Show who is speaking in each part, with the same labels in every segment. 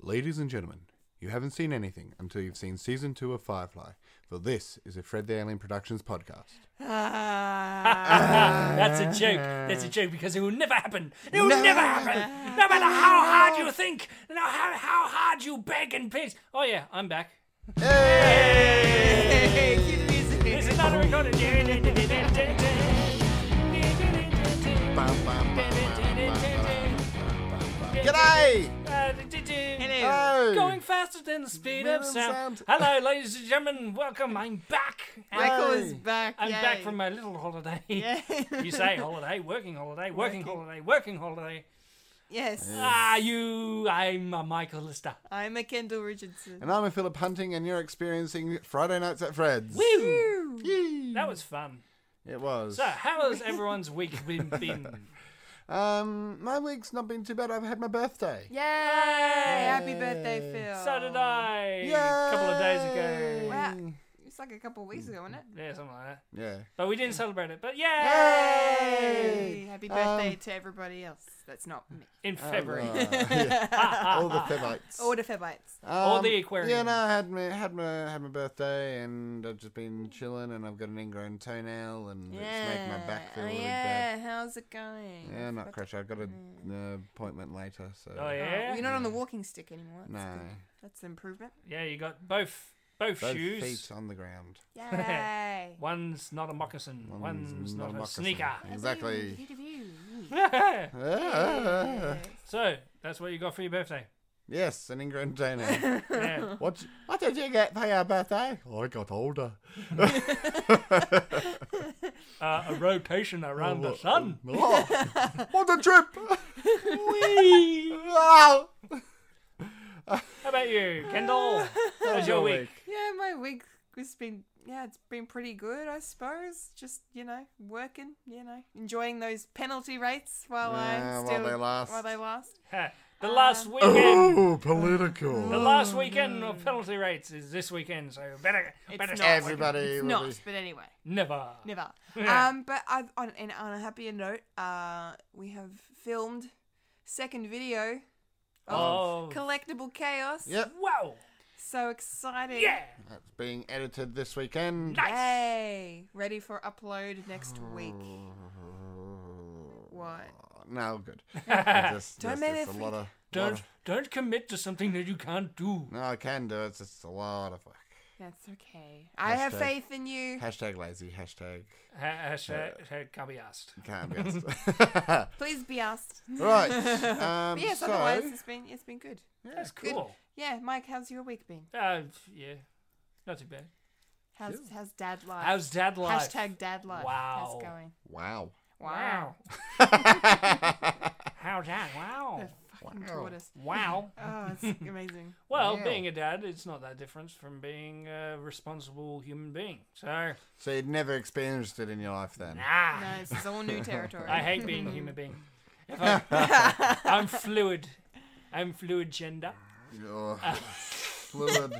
Speaker 1: Ladies and gentlemen, you haven't seen anything until you've seen season two of Firefly, for this is a Fred the Alien Productions podcast.
Speaker 2: Uh,
Speaker 3: That's
Speaker 1: Uh-huh.
Speaker 3: a joke. That's a joke because it will never happen. It will never happen. No matter how hard you think, no matter how, how hard you beg and plead. Oh yeah, I'm back.
Speaker 2: Hey, cue the music.
Speaker 3: It's another recording.
Speaker 1: G'day! Hello!
Speaker 3: Going faster than the speed of sound.
Speaker 1: Sound.
Speaker 3: Hello, ladies and gentlemen. Welcome. I'm back.
Speaker 1: Michael
Speaker 2: Michael
Speaker 1: Yay. is
Speaker 2: is back.
Speaker 3: I'm back from my little holiday. you say holiday, working holiday, working, holiday, working holiday.
Speaker 2: Yes.
Speaker 3: Ah, you, I'm a Michael Lister.
Speaker 2: I'm a Kendall Richardson.
Speaker 1: And I'm a Philip Hunting, and you're experiencing Friday Nights at Fred's.
Speaker 3: Woo!
Speaker 1: Yee.
Speaker 3: That was fun.
Speaker 1: It was.
Speaker 3: So, how has everyone's week been? been?
Speaker 1: Um, my week's not been too bad. I've had my birthday.
Speaker 2: Yay! Happy birthday, Phil.
Speaker 3: So did I.
Speaker 1: Oh.
Speaker 3: A couple of days ago.
Speaker 2: Wow. It's like a couple of weeks ago, wasn't it?
Speaker 3: Yeah, something like that.
Speaker 1: Yeah.
Speaker 3: But we didn't celebrate it. But
Speaker 1: Yay!
Speaker 3: yeah,
Speaker 1: Hey.
Speaker 2: Happy birthday
Speaker 1: Um,
Speaker 2: to everybody else. That's not me.
Speaker 3: in February.
Speaker 1: Uh,
Speaker 3: Ah.
Speaker 1: yeah. All the Febites.
Speaker 2: Or the Fabites.
Speaker 3: All
Speaker 1: Um,
Speaker 3: the aquarium.
Speaker 1: Yeah, no, I had my had my had my birthday, and I've just been chilling, and I've got an ingrown toenail, and it's making my back feel
Speaker 2: oh,
Speaker 1: really
Speaker 2: yeah.
Speaker 1: bad.
Speaker 2: How's it going?
Speaker 1: Yeah, not crash. I've got an appointment later, so
Speaker 3: Oh
Speaker 2: Oh,
Speaker 3: yeah,
Speaker 2: you're not on the walking stick anymore. That's
Speaker 1: no,
Speaker 2: good. That's an improvement.
Speaker 3: yeah. You got both both,
Speaker 1: both
Speaker 3: shoes.
Speaker 1: feet on the ground.
Speaker 2: Yay!
Speaker 3: One's not a moccasin. One's, not, a,
Speaker 1: moccasin.
Speaker 3: sneaker.
Speaker 1: Exactly.
Speaker 3: so that's what you got for your birthday.
Speaker 1: yes, an ingrown toenail.
Speaker 3: Yeah.
Speaker 1: what? What did you get for your birthday? I got older.
Speaker 3: uh, a rotation around the sun.
Speaker 1: Oh, what a trip! Wow.
Speaker 3: How about you, Kendall? How was your week?
Speaker 2: Yeah, my week has been yeah, it's been pretty good, I suppose. Just you know, working, you know, enjoying those penalty rates while
Speaker 1: Yeah,
Speaker 2: I
Speaker 1: while
Speaker 2: still
Speaker 1: they last.
Speaker 2: While they last.
Speaker 3: Ha, The last weekend.
Speaker 1: Oh, political.
Speaker 3: The last weekend of penalty rates is this weekend, so better,
Speaker 2: It's
Speaker 3: better
Speaker 2: not.
Speaker 3: start
Speaker 2: Every-
Speaker 1: Everybody.
Speaker 2: It's
Speaker 1: will
Speaker 2: not,
Speaker 1: be-
Speaker 2: but anyway,
Speaker 3: working. never.
Speaker 2: never.
Speaker 3: Yeah.
Speaker 2: Um, but I've on and on a happier note, uh, we have filmed second video of
Speaker 3: Oh,
Speaker 2: collectible chaos.
Speaker 1: Yep.
Speaker 3: wow!
Speaker 2: So exciting.
Speaker 3: Yeah,
Speaker 1: That's being edited this weekend.
Speaker 3: nice. Oh.
Speaker 2: Yay! Ready for upload next week. What?
Speaker 1: No, good. It's just,
Speaker 2: Don't
Speaker 1: it's
Speaker 2: make
Speaker 1: just
Speaker 2: me
Speaker 1: a lot of. lot
Speaker 3: Don't
Speaker 1: of-
Speaker 3: don't commit to something that you can't do.
Speaker 1: no, I can do it. It's just a lot of work.
Speaker 2: That's okay. I have
Speaker 1: Hashtag-
Speaker 2: faith in you.
Speaker 1: Hashtag lazy. Hashtag
Speaker 3: Ha- hashtag- hashtag can't be asked.
Speaker 1: can't be asked.
Speaker 2: Please be asked.
Speaker 1: right. Um,
Speaker 2: But yes,
Speaker 1: so,
Speaker 2: otherwise it's been it's been good.
Speaker 3: That's cool.
Speaker 2: Yeah, Mike, how's your week been?
Speaker 3: Uh, yeah, not too bad.
Speaker 2: How's how's dad life?
Speaker 3: How's dad life?
Speaker 2: Hashtag dad life.
Speaker 3: Wow.
Speaker 2: How's it going?
Speaker 1: Wow.
Speaker 3: Wow. How's that? Wow.
Speaker 2: Fucking tortoise.
Speaker 3: Wow.
Speaker 2: Oh, it's amazing.
Speaker 3: Well,
Speaker 1: Wow.
Speaker 3: being a dad, it's not that different from being a responsible human being. So,
Speaker 1: So you'd never experienced it in your life then?
Speaker 3: nah.
Speaker 2: No, this is all new territory.
Speaker 3: I hate being a human being. If I, I'm fluid. I'm fluid gender.
Speaker 1: You're fluid.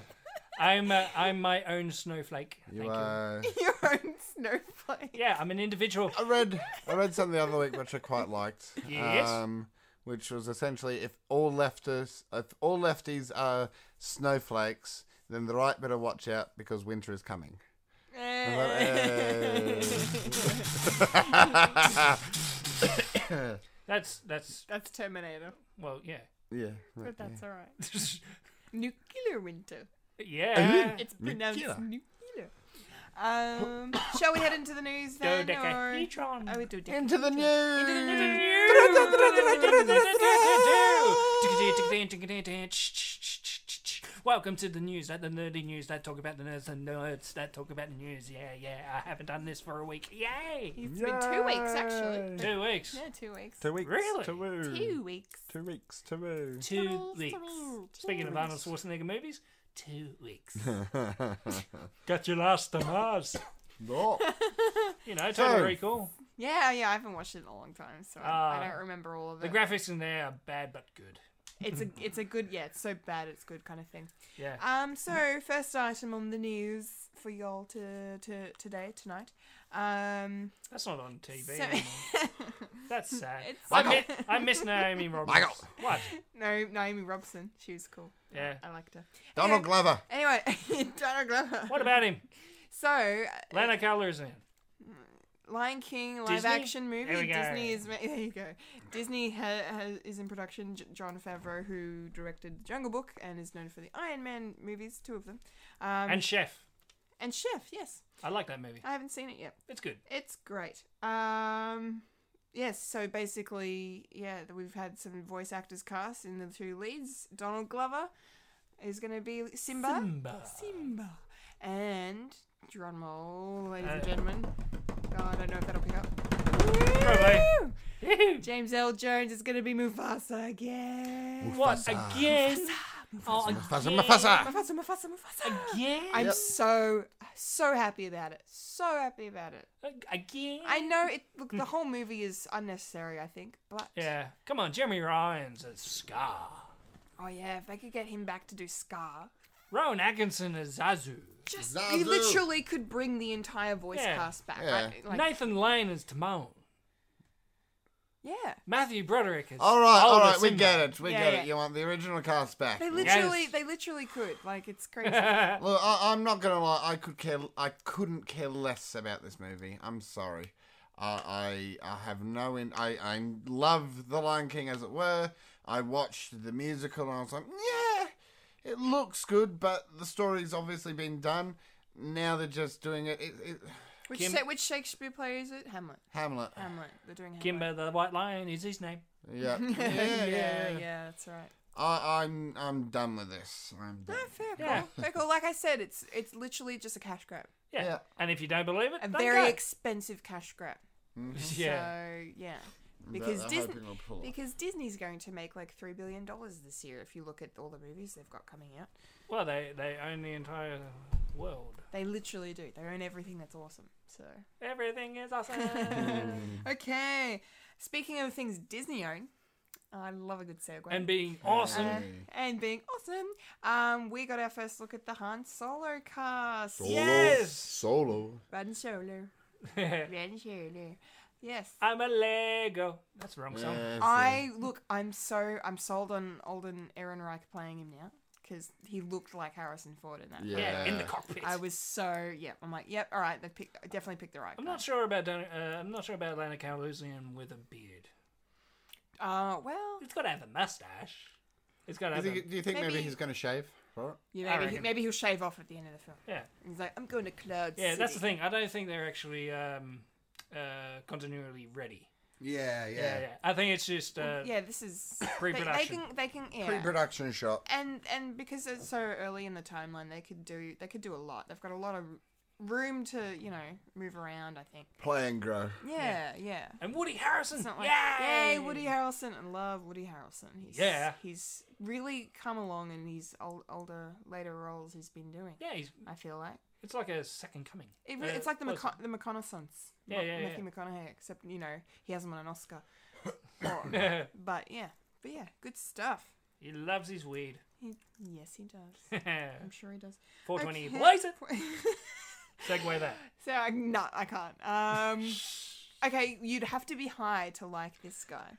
Speaker 3: I'm a, I'm my own snowflake.
Speaker 1: You
Speaker 3: Thank
Speaker 1: are.
Speaker 2: your own snowflake.
Speaker 3: you. Yeah, I'm an individual.
Speaker 1: I read I read something the other week which I quite liked.
Speaker 3: Yes.
Speaker 1: Um, which was essentially if all leftists if all lefties are snowflakes, then the right better watch out because winter is coming. I thought, "Eh."
Speaker 3: That's that's
Speaker 2: That's Terminator,
Speaker 3: well, yeah,
Speaker 1: yeah.
Speaker 2: but
Speaker 1: Right, yeah.
Speaker 2: that's all right. Nuclear winter.
Speaker 3: yeah.
Speaker 2: It's pronounced
Speaker 1: Nuclear.
Speaker 2: nuclear. Um, shall we head into the news then? or-
Speaker 3: Dodecahedron.
Speaker 2: Oh, we do. dec-
Speaker 1: Into the news.
Speaker 3: Welcome to the news, that the nerdy news that talk about the nerds and nerds that talk about the news. Yeah, yeah, I haven't done this for a week. Yay!
Speaker 2: It's been two weeks actually.
Speaker 3: Two weeks.
Speaker 2: Yeah, two weeks.
Speaker 1: Two weeks.
Speaker 3: Really?
Speaker 1: Two.
Speaker 2: Two weeks.
Speaker 1: Two weeks. Two.
Speaker 3: Two weeks. Speaking of Arnold Schwarzenegger movies, two weeks. Got your last to Mars.
Speaker 1: Oh,
Speaker 3: You know,
Speaker 1: So-
Speaker 3: Total Recall.
Speaker 2: Yeah, yeah, I haven't watched it in a long time, so I, I
Speaker 3: Ah.
Speaker 2: don't remember all of
Speaker 3: The
Speaker 2: it.
Speaker 3: graphics in there are bad but good.
Speaker 2: it's a it's a good yeah, it's so bad it's good kind of thing.
Speaker 3: Yeah.
Speaker 2: Um, so first item on the news for y'all to to today tonight. Um,
Speaker 3: That's not on TV
Speaker 2: so-
Speaker 3: anymore. That's sad.
Speaker 2: It's-
Speaker 3: I, miss,
Speaker 1: Michael.
Speaker 3: I miss Naomi Roberts.
Speaker 1: Michael.
Speaker 3: What?
Speaker 2: No, Naomi Robson. She was cool.
Speaker 3: Yeah.
Speaker 2: I liked her.
Speaker 1: Donald
Speaker 2: Anyway-
Speaker 1: Glover.
Speaker 2: Anyway, Donald Glover.
Speaker 3: What about him?
Speaker 2: So, uh,
Speaker 3: Lana Calrissian.
Speaker 2: Lion King live
Speaker 3: Disney?
Speaker 2: action movie.
Speaker 3: There we go.
Speaker 2: Disney is ma- there. You go. Disney ha- has, is in production. J- John Favreau, who directed The Jungle Book and is known for the Iron Man movies, two of them, um,
Speaker 3: And Chef.
Speaker 2: and Chef. Yes,
Speaker 3: I like that movie.
Speaker 2: I haven't seen it yet.
Speaker 3: It's good.
Speaker 2: It's great. Um, yes, so basically, yeah, we've had some voice actors cast in the two leads. Donald Glover is going to be Simba.
Speaker 3: Simba.
Speaker 2: Simba. And drum roll, ladies and
Speaker 3: Uh,
Speaker 2: gentlemen. Oh, I don't know if that'll pick up.
Speaker 3: Probably.
Speaker 2: Woo! James L. Jones is going to be Mufasa again.
Speaker 3: What again? Oh,
Speaker 1: Mufasa,
Speaker 3: again?
Speaker 1: Mufasa.
Speaker 2: Mufasa, Mufasa, Mufasa.
Speaker 3: Again?
Speaker 2: I'm
Speaker 1: Yep.
Speaker 2: so, so happy about it. So happy about it.
Speaker 3: Ag- Again?
Speaker 2: I know it. Look, the whole movie is unnecessary, I think. But
Speaker 3: Yeah. Come on, Jeremy Ryan's a Scar.
Speaker 2: oh yeah, if they could get him back to do Scar,
Speaker 3: Rowan Atkinson as Zazu.
Speaker 2: just
Speaker 1: Zazu.
Speaker 2: he literally could bring the entire voice
Speaker 3: Yeah.
Speaker 2: cast back.
Speaker 1: Yeah.
Speaker 2: I- like,
Speaker 3: Nathan Lane as Timon.
Speaker 2: yeah.
Speaker 3: Matthew Broderick as
Speaker 1: All right, all
Speaker 3: older
Speaker 1: right, we
Speaker 3: Simba.
Speaker 1: get it, we
Speaker 2: Yeah,
Speaker 1: get
Speaker 2: yeah.
Speaker 1: it. You want the original cast back?
Speaker 2: They
Speaker 1: Look,
Speaker 2: literally,
Speaker 3: Yes.
Speaker 2: they literally could. Like it's crazy.
Speaker 1: I, I'm not gonna lie. I could care. I couldn't care less about this movie. I'm sorry. I I, I have no. In, I I love The Lion King as it were. I watched the musical and I was like, yeah, it looks good, but the story's obviously been done. Now they're just doing it. it, it
Speaker 2: which
Speaker 3: Kim-
Speaker 2: sa- which Shakespeare play is it? Hamlet.
Speaker 1: Hamlet.
Speaker 2: Hamlet. They're doing Hamlet.
Speaker 3: Kimber the White Lion is his name.
Speaker 1: Yeah.
Speaker 2: yeah, yeah,
Speaker 1: yeah, yeah, yeah.
Speaker 2: yeah, That's right.
Speaker 1: I, I'm I'm done with this. I'm
Speaker 2: No,
Speaker 1: done.
Speaker 2: Ah, fair
Speaker 3: Yeah.
Speaker 2: call. Fair call. Like I said, it's it's literally just a cash grab,
Speaker 3: Yeah.
Speaker 1: Yeah.
Speaker 3: And if you don't believe it,
Speaker 2: a
Speaker 3: don't
Speaker 2: very
Speaker 3: go.
Speaker 2: expensive cash grab.
Speaker 3: yeah.
Speaker 2: So yeah, because
Speaker 1: I'm
Speaker 2: Disney
Speaker 1: hoping I'll pull it.
Speaker 2: because Disney's going to make like three billion dollars this year. If you look at all the movies they've got coming out,
Speaker 3: Well, they they own the entire world.
Speaker 2: they literally do. They own everything that's awesome. So
Speaker 3: Everything is awesome. Mm.
Speaker 2: okay, speaking of things Disney own, I love a good segue.
Speaker 3: and being awesome.
Speaker 2: Uh, and being awesome, um, we got our first look at the Han Solo cast.
Speaker 1: Solo,
Speaker 3: Yes!
Speaker 1: Solo.
Speaker 2: Ren Solo. Ren Solo. Yes.
Speaker 3: I'm a Lego. That's the wrong song.
Speaker 1: Yes,
Speaker 2: I look. I'm so. I'm sold on Alden Ehrenreich playing him now because he looked like Harrison Ford in that.
Speaker 1: yeah.
Speaker 3: Yeah. in the
Speaker 1: Yeah.
Speaker 3: cockpit.
Speaker 2: I was so. Yeah. I'm like. Yep. All right. They picked. I Definitely picked the right.
Speaker 3: I'm not sure about Don- uh, I'm not sure about Lana Calrissian with a beard.
Speaker 2: Guy. Uh. Well.
Speaker 3: It's got to have a mustache. It's got to
Speaker 1: Do
Speaker 3: have.
Speaker 1: you
Speaker 3: A,
Speaker 1: think, do you think maybe,
Speaker 2: Maybe-
Speaker 1: he's going to shave for
Speaker 2: Yeah. Maybe. He,
Speaker 3: reckon.
Speaker 2: maybe he'll shave off at the end of the film.
Speaker 3: yeah,
Speaker 2: He's like, I'm going to cloud.
Speaker 3: yeah. That's the
Speaker 2: City."
Speaker 3: thing. I don't think they're actually um, uh, continually ready.
Speaker 1: it? Yeah, yeah.
Speaker 3: Yeah, yeah. I think it's just uh,
Speaker 2: Yeah. This is. they- They,
Speaker 3: pre-production.
Speaker 2: can. They can. Yeah.
Speaker 1: Pre-production shot.
Speaker 2: and and because it's so early in the timeline, they could do they could do a lot. They've got a lot of room to you know move around. I think.
Speaker 1: Play and grow.
Speaker 2: Yeah, yeah.
Speaker 3: And Woody Harrison.
Speaker 2: It's not like
Speaker 3: Yay!
Speaker 2: yay, Woody Harrelson. I love Woody Harrelson. He's,
Speaker 3: Yeah.
Speaker 2: he's really come along in these old, older later roles he's been doing.
Speaker 3: Yeah, he's,
Speaker 2: I feel like
Speaker 3: it's like a second coming.
Speaker 2: it,
Speaker 3: Uh,
Speaker 2: re- it's like the
Speaker 3: what is
Speaker 2: McCon- the reconnaissance.
Speaker 3: Yeah, yeah, yeah.
Speaker 2: Matthew McConaughey, except you know he hasn't won an Oscar. Or-
Speaker 3: it?
Speaker 2: but yeah, but yeah, good stuff.
Speaker 3: he loves his weed.
Speaker 2: He, yes, he does. I'm sure he does.
Speaker 3: 420
Speaker 2: Okay.
Speaker 3: blaze it. Segue that.
Speaker 2: So I no, I can't. Um, okay, you'd have to be high to like this guy.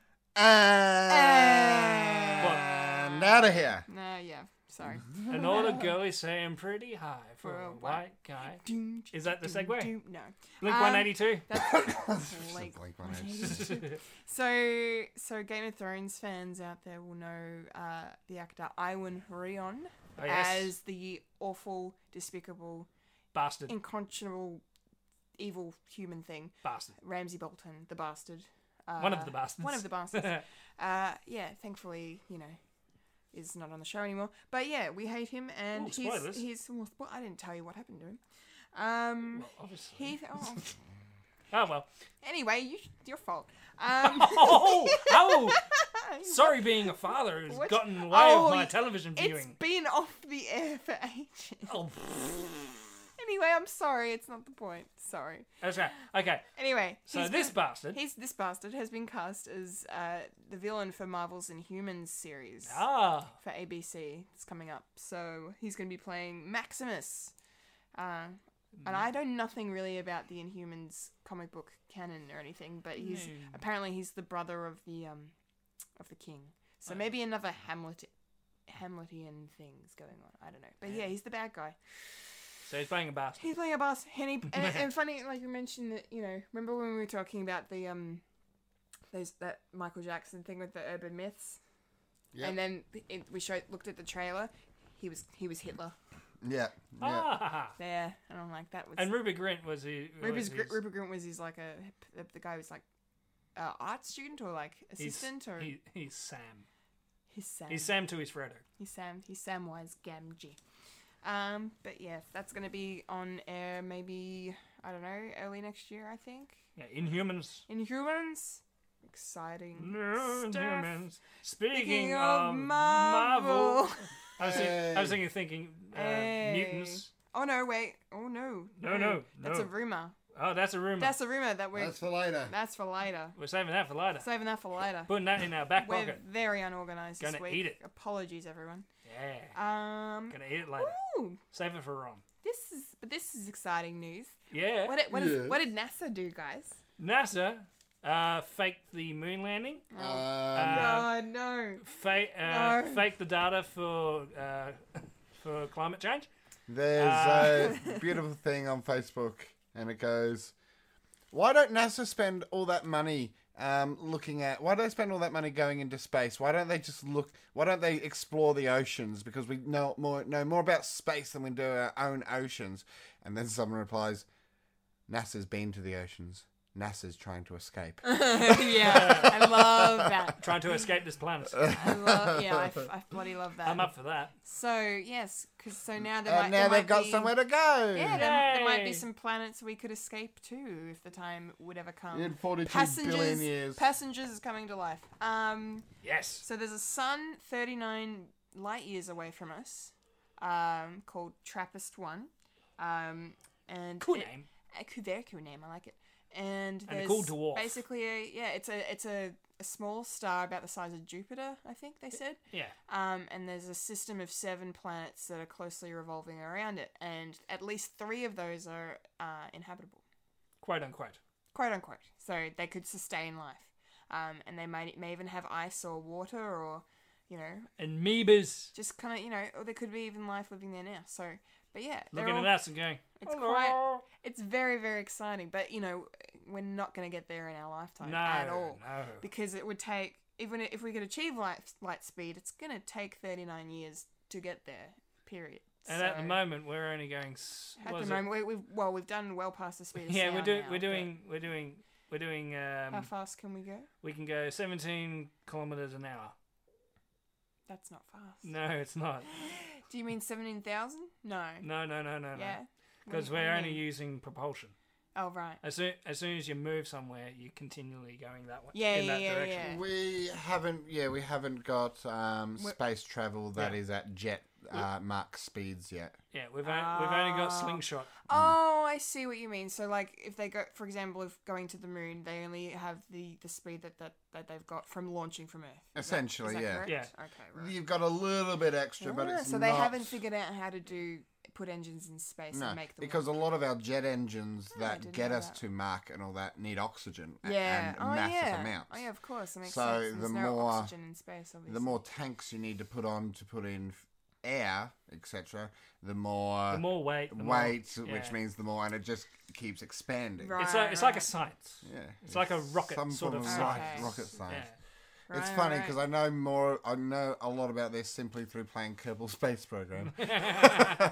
Speaker 1: And, out of here.
Speaker 2: No, yeah, sorry.
Speaker 3: And all the girlies say I'm pretty high for,
Speaker 2: For
Speaker 3: a
Speaker 2: a
Speaker 3: white guy.
Speaker 2: Doom,
Speaker 3: Is that the
Speaker 2: doom,
Speaker 3: segue?
Speaker 2: doom. No.
Speaker 3: Blink
Speaker 2: Um,
Speaker 3: 182.
Speaker 2: That's like,
Speaker 1: Blink 182.
Speaker 2: so, so Game of Thrones fans out there will know uh, the actor Iwan Rion
Speaker 3: Oh, yes.
Speaker 2: as the awful, despicable,
Speaker 3: Bastard.
Speaker 2: inconscionable, evil human thing,
Speaker 3: Bastard.
Speaker 2: Ramsay Bolton, the bastard. Uh,
Speaker 3: One of the bastards.
Speaker 2: One of the bastards. uh, yeah, thankfully, you know, is not on the show anymore. But yeah, we hate him, and
Speaker 3: Ooh,
Speaker 2: he's
Speaker 3: spoilers.
Speaker 2: he's. Well, spo- I didn't tell you what happened to him. Um,
Speaker 3: Well, obviously.
Speaker 2: he. Oh,
Speaker 3: Oh, well.
Speaker 2: anyway, you, your fault. Um,
Speaker 3: Oh, oh. Sorry being a father has
Speaker 2: What?
Speaker 3: gotten in the way
Speaker 2: Oh,
Speaker 3: of my
Speaker 2: y-
Speaker 3: television
Speaker 2: it's
Speaker 3: viewing.
Speaker 2: been off the air for ages.
Speaker 3: Oh, pfft.
Speaker 2: Anyway, I'm sorry. It's not the point. Sorry.
Speaker 3: that's right. Okay,
Speaker 2: Anyway,
Speaker 3: so
Speaker 2: he's
Speaker 3: this
Speaker 2: been-
Speaker 3: bastard.
Speaker 2: He's this bastard has been cast as uh, the villain for Marvel's Inhumans series
Speaker 3: Ah,
Speaker 2: for ABC. It's coming up, so he's going to be playing Maximus. Uh, and I know nothing really about the Inhumans comic book canon or anything, but he's apparently he's the brother of the um of the king. So maybe another Hamlet Hamletian thing's going on. I don't know. But yeah, he's the bad guy.
Speaker 3: So he's playing a bastard.
Speaker 2: He's playing a boss, and, he, and, and funny, like you mentioned that you know. Remember when we were talking about the um, those that Michael Jackson thing with the urban myths,
Speaker 1: Yeah.
Speaker 2: and then it, we showed looked at the trailer. He was he was Hitler
Speaker 1: Yeah. Yeah.
Speaker 3: Ah,
Speaker 2: there, and I'm like that was.
Speaker 3: and Ruby Grint was he?
Speaker 2: Rupert's,
Speaker 3: was his-
Speaker 2: Rupert Grint was his like a the, the guy who's like uh, art student or like
Speaker 3: he's-
Speaker 2: assistant or
Speaker 3: he- he's Sam.
Speaker 2: he's Sam.
Speaker 3: He's Sam to his Frodo.
Speaker 2: He's Sam. He's Samwise Gamgee. Um, but yeah, that's gonna be on air maybe I don't know early next year I think.
Speaker 3: Yeah, Inhumans.
Speaker 2: Inhumans, exciting
Speaker 3: No,
Speaker 2: stuff.
Speaker 3: Inhumans. Speaking,
Speaker 2: Speaking
Speaker 3: of,
Speaker 2: of Marvel.
Speaker 3: Marvel. I was, think- I was thinking, thinking uh,
Speaker 2: Hey.
Speaker 3: mutants.
Speaker 2: Oh no, wait. Oh no.
Speaker 3: No, no,
Speaker 2: That's a
Speaker 3: no.
Speaker 2: rumor.
Speaker 3: Oh, that's a rumor.
Speaker 2: That's a rumor that we're
Speaker 1: That's for later.
Speaker 2: that's for later.
Speaker 3: We're saving that for later.
Speaker 2: Saving that for later.
Speaker 3: Putting that in our back
Speaker 2: we're
Speaker 3: pocket.
Speaker 2: very unorganized this
Speaker 3: Gonna
Speaker 2: week.
Speaker 3: eat it.
Speaker 2: Apologies, everyone.
Speaker 3: Yeah.
Speaker 2: Um.
Speaker 3: Gonna eat it later.
Speaker 2: ooh,
Speaker 3: Save it for Rom.
Speaker 2: this is but this is exciting news.
Speaker 3: Yeah.
Speaker 2: What did, what, did-
Speaker 1: Yeah.
Speaker 2: what did NASA do, guys?
Speaker 3: NASA uh, faked the moon landing.
Speaker 1: Um,
Speaker 3: Uh,
Speaker 2: oh no.
Speaker 3: Fa- uh,
Speaker 2: No.
Speaker 3: Faked the data for uh, for climate change.
Speaker 1: There's
Speaker 2: Ah.
Speaker 3: Uh,
Speaker 1: a beautiful thing on Facebook, and it goes, "Why don't NASA spend all that money um, looking at? Why do they spend all that money going into space? Why don't they just look? Why don't they explore the oceans? Because we know more know more about space than we do our own oceans." And then someone replies, "NASA's been to the oceans. NASA's trying to escape."
Speaker 2: yeah, I love that.
Speaker 3: Trying to escape this planet.
Speaker 2: I love, yeah, I, f- I bloody love that.
Speaker 3: I'm up for that.
Speaker 2: So yes, because so now there might,
Speaker 1: and now
Speaker 2: there
Speaker 1: they've
Speaker 2: might
Speaker 1: got
Speaker 2: be,
Speaker 1: somewhere to go.
Speaker 2: Yeah, there, there might be
Speaker 3: Yay.
Speaker 2: some planets we could escape to if the time would ever come.
Speaker 1: In 42
Speaker 2: passengers,
Speaker 1: billion years.
Speaker 2: passengers is coming to life. Um,
Speaker 3: Yes.
Speaker 2: so there's a sun 39 light years away from us, um, called Trappist One, um, and
Speaker 3: Cool
Speaker 2: it-
Speaker 3: name.
Speaker 2: a cool- very cool name. I like it. And
Speaker 3: And a
Speaker 2: there's
Speaker 3: cool dwarf.
Speaker 2: basically a yeah, it's a it's a, a small star about the size of Jupiter, I think they said.
Speaker 3: Yeah.
Speaker 2: Um, and there's a system of seven planets that are closely revolving around it, and at least three of those are uh, inhabitable,
Speaker 3: Quote unquote.
Speaker 2: quote unquote. So they could sustain life, um, and they might may even have ice or water or, you know,
Speaker 3: And Meebers
Speaker 2: just kind of you know, or there could be even life living there now. So, but yeah, they're
Speaker 3: looking
Speaker 2: all-
Speaker 3: at us and going,
Speaker 2: it's
Speaker 3: Hello.
Speaker 2: quite- it's very very exciting but you know we're not going to get there in our lifetime
Speaker 3: No,
Speaker 2: at all
Speaker 3: no.
Speaker 2: because it would take even if we could achieve light, light speed it's going to take 39 years to get there period
Speaker 3: And at the
Speaker 2: So,
Speaker 3: moment, we're only going. s-
Speaker 2: uh, at
Speaker 3: what
Speaker 2: the
Speaker 3: is it?
Speaker 2: moment we, we've well we've done well past the speed of
Speaker 3: Yeah, we're
Speaker 2: sound
Speaker 3: doing.
Speaker 2: now,
Speaker 3: We're
Speaker 2: but
Speaker 3: doing. We're doing. We're doing.
Speaker 2: how
Speaker 3: Um,
Speaker 2: fast can we go
Speaker 3: we can go 17 kilometers an hour.
Speaker 2: that's not fast
Speaker 3: No, it's not.
Speaker 2: do you mean 17,000 no
Speaker 3: No, no, no, no, no.
Speaker 2: yeah
Speaker 3: Because
Speaker 2: What do you
Speaker 3: we're only
Speaker 2: mean?
Speaker 3: using propulsion.
Speaker 2: oh right
Speaker 3: As soon, as soon as you move somewhere, you're continually going that way.
Speaker 2: Yeah,
Speaker 3: in
Speaker 2: yeah,
Speaker 3: that
Speaker 2: yeah,
Speaker 3: direction.
Speaker 2: yeah.
Speaker 1: We haven't, yeah, we haven't got um,
Speaker 2: We're-
Speaker 1: space travel that
Speaker 3: Yeah.
Speaker 1: is at jet uh, Mach speeds yet.
Speaker 3: Yeah, we've, on, we've only got
Speaker 2: Ah.
Speaker 3: slingshot.
Speaker 2: Oh, I see what you mean. So, like, if they go, for example, if going to the moon, they only have the the speed that that, that they've got from launching from Earth. Is that-
Speaker 1: Essentially,
Speaker 2: is that
Speaker 1: yeah.
Speaker 2: correct?
Speaker 3: Yeah.
Speaker 2: Okay, right.
Speaker 1: You've got a little bit extra, but
Speaker 2: Ah,
Speaker 1: it's
Speaker 2: so they
Speaker 1: not-
Speaker 2: haven't figured out how to do put engines in space
Speaker 1: No,
Speaker 2: and make them
Speaker 1: because
Speaker 2: work.
Speaker 1: a lot of our jet engines
Speaker 2: Oh, I
Speaker 1: that
Speaker 2: didn't
Speaker 1: get
Speaker 2: know
Speaker 1: us
Speaker 2: that.
Speaker 1: to Mach and all that need oxygen a-
Speaker 2: yeah.
Speaker 1: and
Speaker 2: oh,
Speaker 1: massive
Speaker 2: yeah.
Speaker 1: amounts.
Speaker 2: Oh yeah, of course. It makes
Speaker 1: So
Speaker 2: sense. and
Speaker 1: the
Speaker 2: There's no
Speaker 1: more-
Speaker 2: oxygen in space, obviously.
Speaker 1: The more tanks you need to put on to put in f- air, etc., the more,
Speaker 3: The more weight. The more-
Speaker 1: weight, Uh, which
Speaker 3: yeah.
Speaker 1: means the more, and it just keeps expanding.
Speaker 2: Right.
Speaker 3: It's like, it's like a science.
Speaker 1: Yeah,
Speaker 3: It's like a rocket
Speaker 1: some
Speaker 3: sort
Speaker 1: form
Speaker 3: of
Speaker 1: of
Speaker 3: science.
Speaker 1: rocket science.
Speaker 3: Yeah.
Speaker 1: It's
Speaker 2: Right,
Speaker 1: funny
Speaker 2: right.
Speaker 1: because I know more. I know a lot about this simply through playing Kerbal Space Program.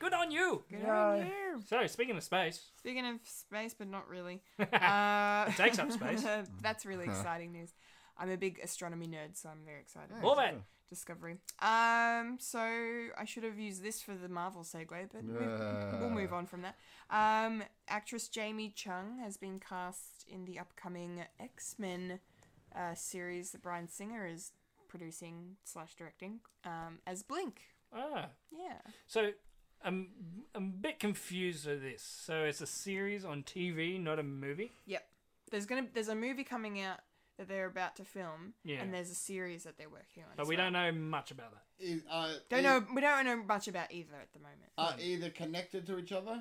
Speaker 3: Good on you.
Speaker 2: Good on you.
Speaker 3: So, speaking of space,
Speaker 2: Speaking of space, but not really. uh, it
Speaker 3: takes up space. Mm.
Speaker 2: that's really exciting news. I'm a big astronomy nerd, so I'm very excited.
Speaker 3: love it.
Speaker 2: Discovery. Um, so I should have used this for the Marvel segue, but we, we'll move on from that. Um, actress Jamie Chung has been cast in the upcoming X Men uh, series that Brian Singer is producing slash directing um, as Blink.
Speaker 3: Ah.
Speaker 2: Yeah.
Speaker 3: So I'm I'm a bit confused with this. So it's a series on TV, not a movie.
Speaker 2: Yep. There's gonna there's a movie coming out that they're about to film,
Speaker 3: Yeah.
Speaker 2: and there's a series that they're working on.
Speaker 3: But we don't know much about that.
Speaker 1: Is- are
Speaker 2: Don't
Speaker 1: e-
Speaker 2: know. We don't know much about either at the moment.
Speaker 1: Are either connected to each other?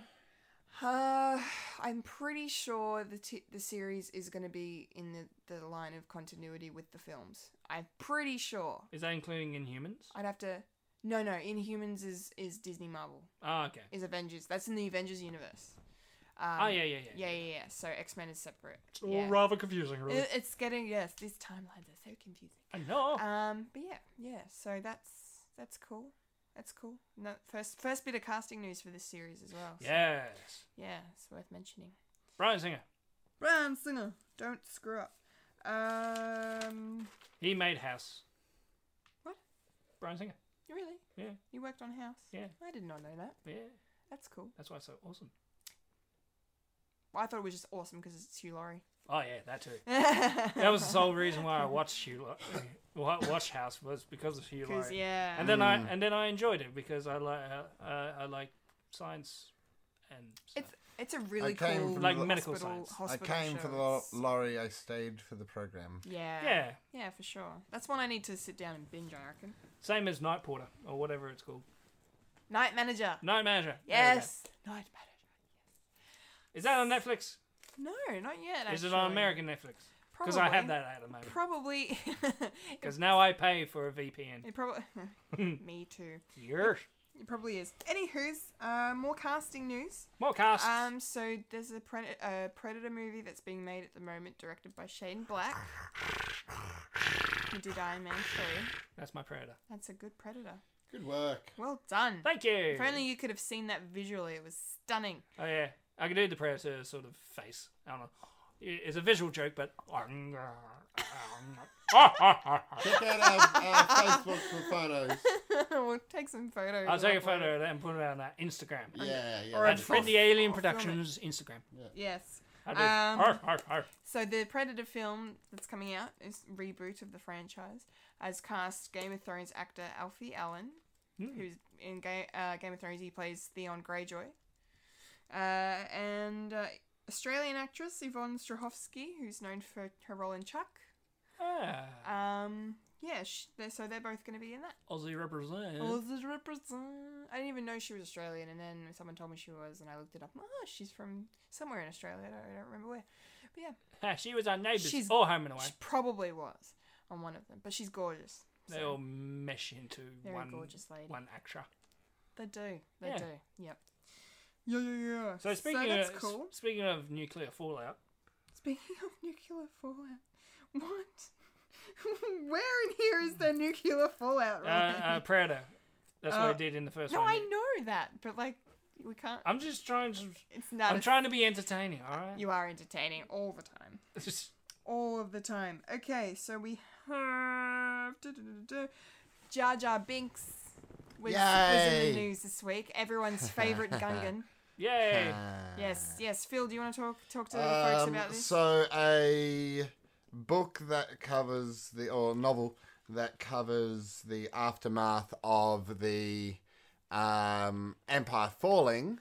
Speaker 2: Uh, I'm pretty sure the t- the series is going to be in the, the line of continuity with the films. I'm pretty sure.
Speaker 3: Is that including Inhumans?
Speaker 2: I'd have to. No, no. Inhumans is is Disney Marvel.
Speaker 3: Ah, okay.
Speaker 2: Is Avengers. That's in the Avengers universe. Um,
Speaker 3: Oh, yeah, yeah, yeah.
Speaker 2: Yeah, yeah, yeah. So X Men is separate.
Speaker 3: All
Speaker 2: yeah.
Speaker 3: rather confusing, really.
Speaker 2: It- it's getting yes. These timelines are so confusing.
Speaker 3: I know.
Speaker 2: Um, but yeah, yeah. So that's that's cool. That's cool. No, first first bit of casting news for this series as well. so-
Speaker 3: yes.
Speaker 2: yeah, it's worth mentioning.
Speaker 3: Brian Singer.
Speaker 2: Brian Singer, don't screw up. Um,
Speaker 3: He made House.
Speaker 2: What?
Speaker 3: Brian Singer.
Speaker 2: really?
Speaker 3: Yeah,
Speaker 2: You worked on House?
Speaker 3: yeah,
Speaker 2: I did not know that.
Speaker 3: yeah.
Speaker 2: That's cool.
Speaker 3: That's why it's so awesome.
Speaker 2: Well, I thought it was just awesome because it's Hugh Laurie.
Speaker 3: Oh yeah, that too. that was the sole reason why I watched Hugh. Lo- watched House was because of Hugh
Speaker 2: Because
Speaker 3: Laurie.
Speaker 2: yeah,
Speaker 3: And then I and then I enjoyed it because I like uh, uh, I like science and stuff.
Speaker 2: it's it's a really
Speaker 1: came
Speaker 2: cool
Speaker 1: from
Speaker 3: Like
Speaker 1: the-
Speaker 3: medical
Speaker 2: hospital,
Speaker 3: science.
Speaker 1: I
Speaker 2: hospital
Speaker 1: came
Speaker 2: show.
Speaker 1: for the lo-
Speaker 2: It's-
Speaker 1: lorry. I stayed for the program.
Speaker 2: yeah,
Speaker 3: yeah,
Speaker 2: yeah, for sure. That's one I need to sit down and binge. I reckon.
Speaker 3: same as Night Porter or whatever it's called.
Speaker 2: Night Manager.
Speaker 3: Night Manager. There we go.
Speaker 2: Yes. Night Manager.
Speaker 3: Is that on Netflix?
Speaker 2: No, not yet.
Speaker 3: Is it on
Speaker 2: actually.
Speaker 3: American Netflix? Because I have
Speaker 2: Probably.
Speaker 3: that at the moment.
Speaker 2: Probably.
Speaker 3: Because now I pay for a VPN.
Speaker 2: it probably. me too.
Speaker 3: Yersh.
Speaker 2: It probably is. Anywho's, uh, more casting news.
Speaker 3: More casts.
Speaker 2: Um, so there's a, pred- a Predator movie that's being made at the moment, directed by Shane Black. He did Iron Man 3.
Speaker 3: That's my predator.
Speaker 2: That's a good Predator.
Speaker 1: Good work.
Speaker 2: Well done.
Speaker 3: Thank you.
Speaker 2: If only you could have seen that visually. It was stunning.
Speaker 3: Oh yeah, I can do the predator sort of face. I don't know. It's a visual joke, but I'll
Speaker 1: Check out our, our Facebook for photos.
Speaker 2: we'll take some photos. and
Speaker 3: take a
Speaker 2: upload
Speaker 3: photo
Speaker 2: it.
Speaker 3: of that and put it on our Instagram.
Speaker 1: Yeah, yeah.
Speaker 2: Or a
Speaker 3: At
Speaker 1: that's good.
Speaker 3: Friendly Alien Productions Instagram.
Speaker 2: Yes.
Speaker 3: I do.
Speaker 2: Um,
Speaker 3: Arf, arf, arf.
Speaker 2: So the Predator film that's coming out is reboot of the franchise has cast Game of Thrones actor Alfie Allen, who's in Ga- uh, Game of Thrones. He plays Theon Greyjoy, uh, and uh, Australian actress Yvonne Strahovski, who's known for her role in Chuck.
Speaker 3: Ah,
Speaker 2: Um, yeah, sh- they're, so they're both going to be in that.
Speaker 3: Aussie represent.
Speaker 2: Aussies represent. I didn't even know she was Australian, and then someone told me she was, and I looked it up. Oh, she's from somewhere in Australia. I don't, I don't remember where, but yeah.
Speaker 3: Ha, Ah, she was our neighbours.
Speaker 2: She's-
Speaker 3: all home and away.
Speaker 2: She probably was on one of them, but she's gorgeous.
Speaker 3: They all mesh into
Speaker 2: Very
Speaker 3: one
Speaker 2: gorgeous lady.
Speaker 3: one actor.
Speaker 2: They do. They
Speaker 3: Yeah.
Speaker 2: do. Yep. Yeah, yeah, yeah.
Speaker 3: So speaking
Speaker 2: that's
Speaker 3: of
Speaker 2: cool.
Speaker 3: s- speaking of nuclear fallout,
Speaker 2: Speaking of nuclear fallout, what? Where in here is there nuclear fallout?
Speaker 3: uh,
Speaker 2: Right.
Speaker 3: uh, predator. That's
Speaker 2: Uh,
Speaker 3: what I did in the first
Speaker 2: no,
Speaker 3: one.
Speaker 2: I know that, but like, we can't.
Speaker 3: I'm just trying to.
Speaker 2: It's not.
Speaker 3: I'm
Speaker 2: a-
Speaker 3: trying to be entertaining. All right.
Speaker 2: you are entertaining all the time. All of the time. Okay, so we have du-du-du-du-du. Jar Jar Binks was, was in
Speaker 1: Yay.
Speaker 2: the news this week. Everyone's favorite Gungan.
Speaker 3: Yay!
Speaker 1: Ah.
Speaker 2: Yes, yes. Phil, do you want to talk talk to the folks
Speaker 1: Um,
Speaker 2: about this?
Speaker 1: so a book that covers the or novel that covers the aftermath of the um, Empire falling.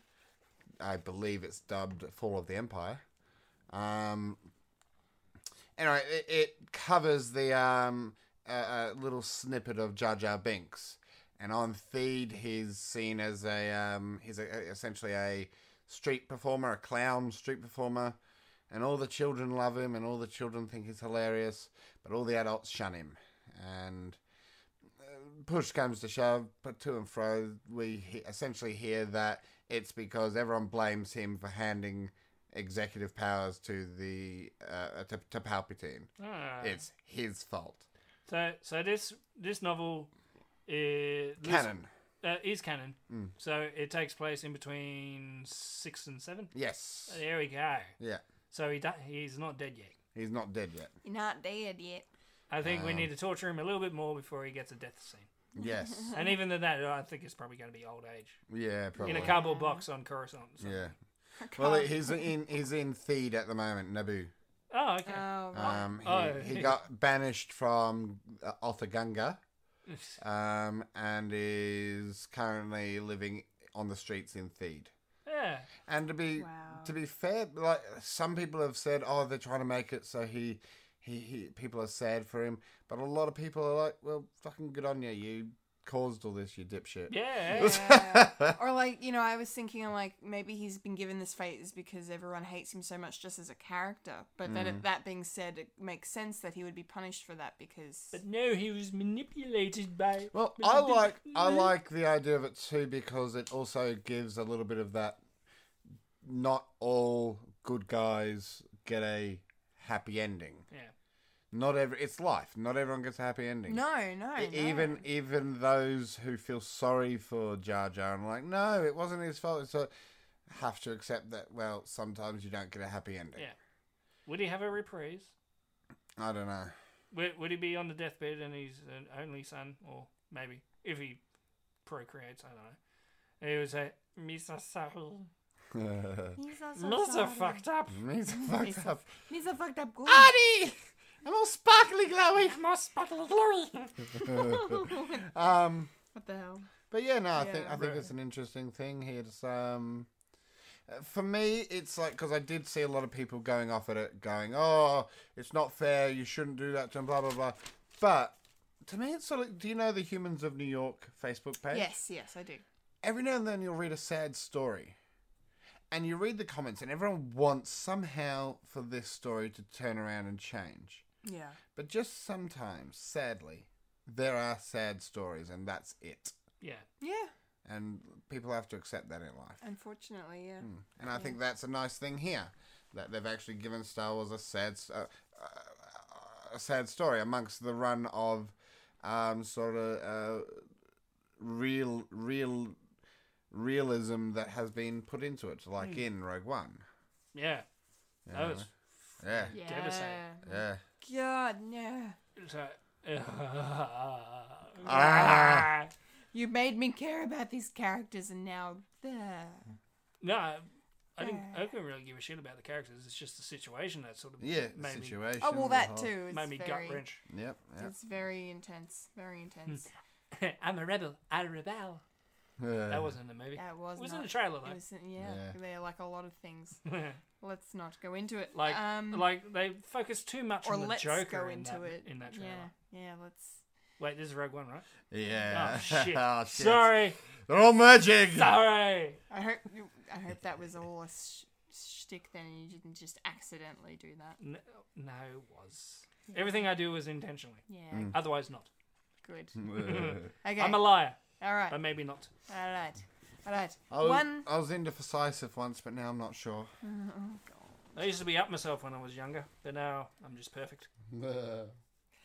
Speaker 1: I believe it's dubbed Fall of the Empire. Um, anyway, it, it covers the um, uh, uh, little snippet of Jar Jar Binks, and on Theed, he's seen as a um, he's a, a- essentially a street performer, a clown street performer, and all the children love him, and all the children think he's hilarious, but all the adults shun him, and uh, push comes to shove, but to and fro, we he- essentially hear that it's because everyone blames him for handing executive powers to the uh, to, to Palpatine.
Speaker 3: Ah.
Speaker 1: It's his fault.
Speaker 3: So, so this this novel is
Speaker 1: Canon. Hmm.
Speaker 3: uh, is canon. So it takes place in between six and seven.
Speaker 1: Yes.
Speaker 3: There we go.
Speaker 1: Yeah.
Speaker 3: So he di- he's not dead yet.
Speaker 1: He's not dead yet.
Speaker 2: You're not dead yet.
Speaker 3: I think
Speaker 1: Um.
Speaker 3: we need to torture him a little bit more before he gets a death scene.
Speaker 2: Hmm.
Speaker 1: Yes.
Speaker 3: And even than that, I think it's probably going to be old age
Speaker 1: Yeah. Probably.
Speaker 3: in a cardboard box on Coruscant. So.
Speaker 1: yeah. Well, he's in he's in Theed at the moment, Naboo.
Speaker 3: Oh, okay.
Speaker 2: Oh, right.
Speaker 1: Um, he,
Speaker 3: Oh.
Speaker 1: he got banished from uh, Ottaganga, um, and is currently living on the streets in Theed.
Speaker 3: yeah.
Speaker 1: And to be
Speaker 2: Wow.
Speaker 1: to be fair, like some people have said, oh, they're trying to make it so he, he he people are sad for him, but a lot of people are like, well, fucking good on you, you caused all this, you dipshit.
Speaker 3: Yeah.
Speaker 2: Yeah. or like you know, I was thinking, I'm like, maybe he's been given this fate is because everyone hates him so much just as a character. But then,
Speaker 1: Mm.
Speaker 2: it, that being said, it makes sense that he would be punished for that because
Speaker 3: But no, he was manipulated by.
Speaker 1: Well, I like I like the idea of it too because it also gives a little bit of that. Not all good guys get a happy ending.
Speaker 3: Yeah.
Speaker 1: Not every. It's life. Not everyone gets a happy ending.
Speaker 2: no, no,
Speaker 1: E-
Speaker 2: no.
Speaker 1: Even even those who feel sorry for Jar Jar and like, no, it wasn't his fault. So have to accept that. Well, sometimes you don't get a happy ending.
Speaker 3: Yeah. Would he have a reprise?
Speaker 1: I don't know.
Speaker 3: Would, would he be on the deathbed and he's an only son, or maybe if he procreates, I don't know. And he would say, "Misa Saul,
Speaker 2: He's
Speaker 3: Misa fucked up.
Speaker 1: He's fucked up.
Speaker 2: He's a fucked up. Good.
Speaker 1: Ah, Honey, I'm all sparkly glowy.
Speaker 3: More spottle of glory."
Speaker 1: Um,
Speaker 2: What the hell?
Speaker 1: but yeah, no, I think I
Speaker 2: Yeah.
Speaker 1: think it's an interesting thing. It's um, uh, for me, it's like because I did see a lot of people going off at it, going, "Oh, it's not fair. You shouldn't do that." to 'em, Blah blah blah. But to me, it's sort of. Do you know the Humans of New York Facebook page?
Speaker 2: Yes, yes, I do.
Speaker 1: every now and then you'll read a sad story and you read the comments and everyone wants somehow for this story to turn around and change
Speaker 2: Yeah.
Speaker 1: but just sometimes sadly there are sad stories and that's it
Speaker 3: yeah.
Speaker 2: Yeah.
Speaker 1: and people have to accept that in life
Speaker 2: Unfortunately, yeah.
Speaker 1: and i think that's a nice thing here that they've actually given star wars a sad s- uh, uh, a sad story amongst the run of um, sort of uh, real real realism that has been put into it,
Speaker 2: Hmm.
Speaker 1: like in Rogue One.
Speaker 3: Yeah. That was
Speaker 1: Yeah, yeah,
Speaker 2: Yeah.
Speaker 3: devastating.
Speaker 1: yeah.
Speaker 2: God, yeah.
Speaker 3: It's like, ah.
Speaker 1: Ah.
Speaker 2: You made me care about these characters, and now there.
Speaker 3: No, I- I didn't. I couldn't really give a shit about the characters. It's just the situation that sort of
Speaker 1: the
Speaker 3: made me
Speaker 1: situation.
Speaker 2: Oh well,
Speaker 1: the
Speaker 2: that
Speaker 1: whole-
Speaker 2: too. It's
Speaker 3: made me
Speaker 2: very,
Speaker 3: gut wrench. Hmm.
Speaker 1: Yep, yep.
Speaker 2: It's very intense. Very intense.
Speaker 3: I'm a rebel. I rebel.
Speaker 1: Yeah.
Speaker 3: That wasn't in the movie.
Speaker 2: That was.
Speaker 3: It was
Speaker 2: not,
Speaker 3: in the trailer
Speaker 2: It
Speaker 3: though.
Speaker 2: was in- yeah,
Speaker 1: Yeah.
Speaker 2: They're like a lot of things. Let's not go into it.
Speaker 3: like,
Speaker 2: um,
Speaker 3: like they focus too much
Speaker 2: or
Speaker 3: on the
Speaker 2: let's
Speaker 3: Joker
Speaker 2: go
Speaker 3: in,
Speaker 2: into
Speaker 3: that,
Speaker 2: it
Speaker 3: in that trailer.
Speaker 2: Yeah, yeah. Let's.
Speaker 3: Wait, this is Rogue One, right?
Speaker 1: yeah.
Speaker 3: Oh shit!
Speaker 1: Oh, shit.
Speaker 3: Sorry,
Speaker 1: They're all merging.
Speaker 3: sorry.
Speaker 2: I hope. You, I hope that was all a sh- shtick. Then and you didn't just accidentally do that.
Speaker 3: No, no it was. Everything I do was intentionally.
Speaker 2: Yeah.
Speaker 3: Otherwise, not.
Speaker 2: Good.
Speaker 1: I
Speaker 2: Okay.
Speaker 3: Mm. I'm a liar,
Speaker 2: all right.
Speaker 3: but maybe not.
Speaker 2: All right. All right.
Speaker 1: was,
Speaker 2: One.
Speaker 1: I was into Decisive once, but now I'm not sure.
Speaker 3: I used to be up myself when I was younger, but now I'm just perfect.
Speaker 1: yeah.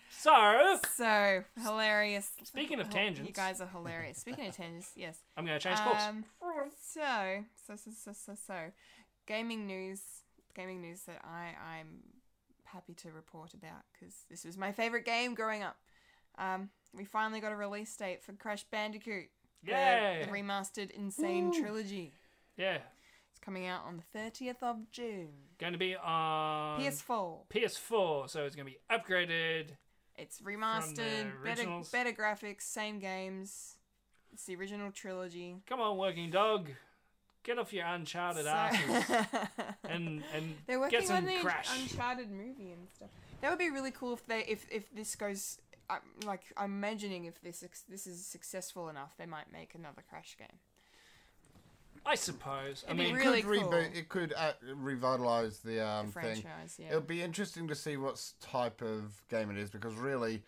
Speaker 3: So
Speaker 2: So hilarious.
Speaker 3: Speaking of
Speaker 2: Hil- Oh, you
Speaker 3: tangents.
Speaker 2: guys are hilarious. Speaking of tangents, yes.
Speaker 3: I'm going to change course.
Speaker 2: Um, so, so, so, so, so, so, gaming news, gaming news that I I'm happy to report about because this was my favorite game growing up. Um, we finally got a release date for Crash Bandicoot. the-
Speaker 3: Yay!
Speaker 2: The remastered Insane Trilogy.
Speaker 3: yeah,
Speaker 2: It's coming out on the thirtieth of June.
Speaker 3: going to be on
Speaker 2: PS4.
Speaker 3: PS4, so it's going to be upgraded.
Speaker 2: It's remastered, better,
Speaker 3: originals.
Speaker 2: better graphics, same games. It's the original trilogy.
Speaker 3: Come on, working dog, get off your uncharted asses and and
Speaker 2: They're working
Speaker 3: get some
Speaker 2: on the
Speaker 3: crash.
Speaker 2: Uncharted movie and stuff. That would be really cool if they if if this goes. I'm like I'm imagining if this ex- this is successful enough, they might make another Crash game.
Speaker 3: I suppose. I
Speaker 2: It'd be
Speaker 3: mean,
Speaker 1: It
Speaker 2: Really
Speaker 1: could reboot.
Speaker 2: cool.
Speaker 1: It could uh, revitalize the
Speaker 2: The
Speaker 1: um thing.
Speaker 2: franchise, yeah.
Speaker 1: It'll be interesting to see what s- type of game it is because really,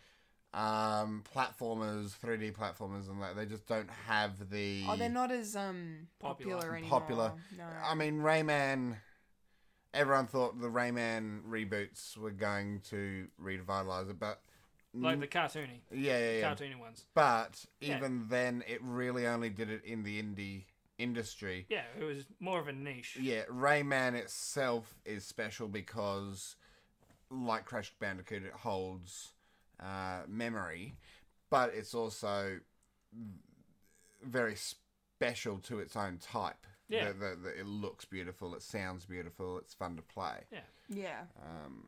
Speaker 1: um, platformers, 3D platformers, and that they just don't have the
Speaker 2: oh, they're not as um popular,
Speaker 3: Popular.
Speaker 2: anymore.
Speaker 1: popular.
Speaker 2: No.
Speaker 1: I mean, Rayman. Everyone thought the Rayman reboots were going to revitalize it, but
Speaker 3: like the cartoony,
Speaker 1: yeah, yeah, Mm. yeah.
Speaker 3: cartoony ones.
Speaker 1: But even then, it really only did it in the indie industry.
Speaker 3: Yeah, it was more of a niche.
Speaker 1: Yeah, Rayman itself is special because, like Crash Bandicoot, it holds uh, memory, but it's also very special to its own type.
Speaker 3: Yeah.
Speaker 1: The, the, the, it looks beautiful, it sounds beautiful, it's fun to play.
Speaker 3: Yeah.
Speaker 2: yeah,
Speaker 1: Um,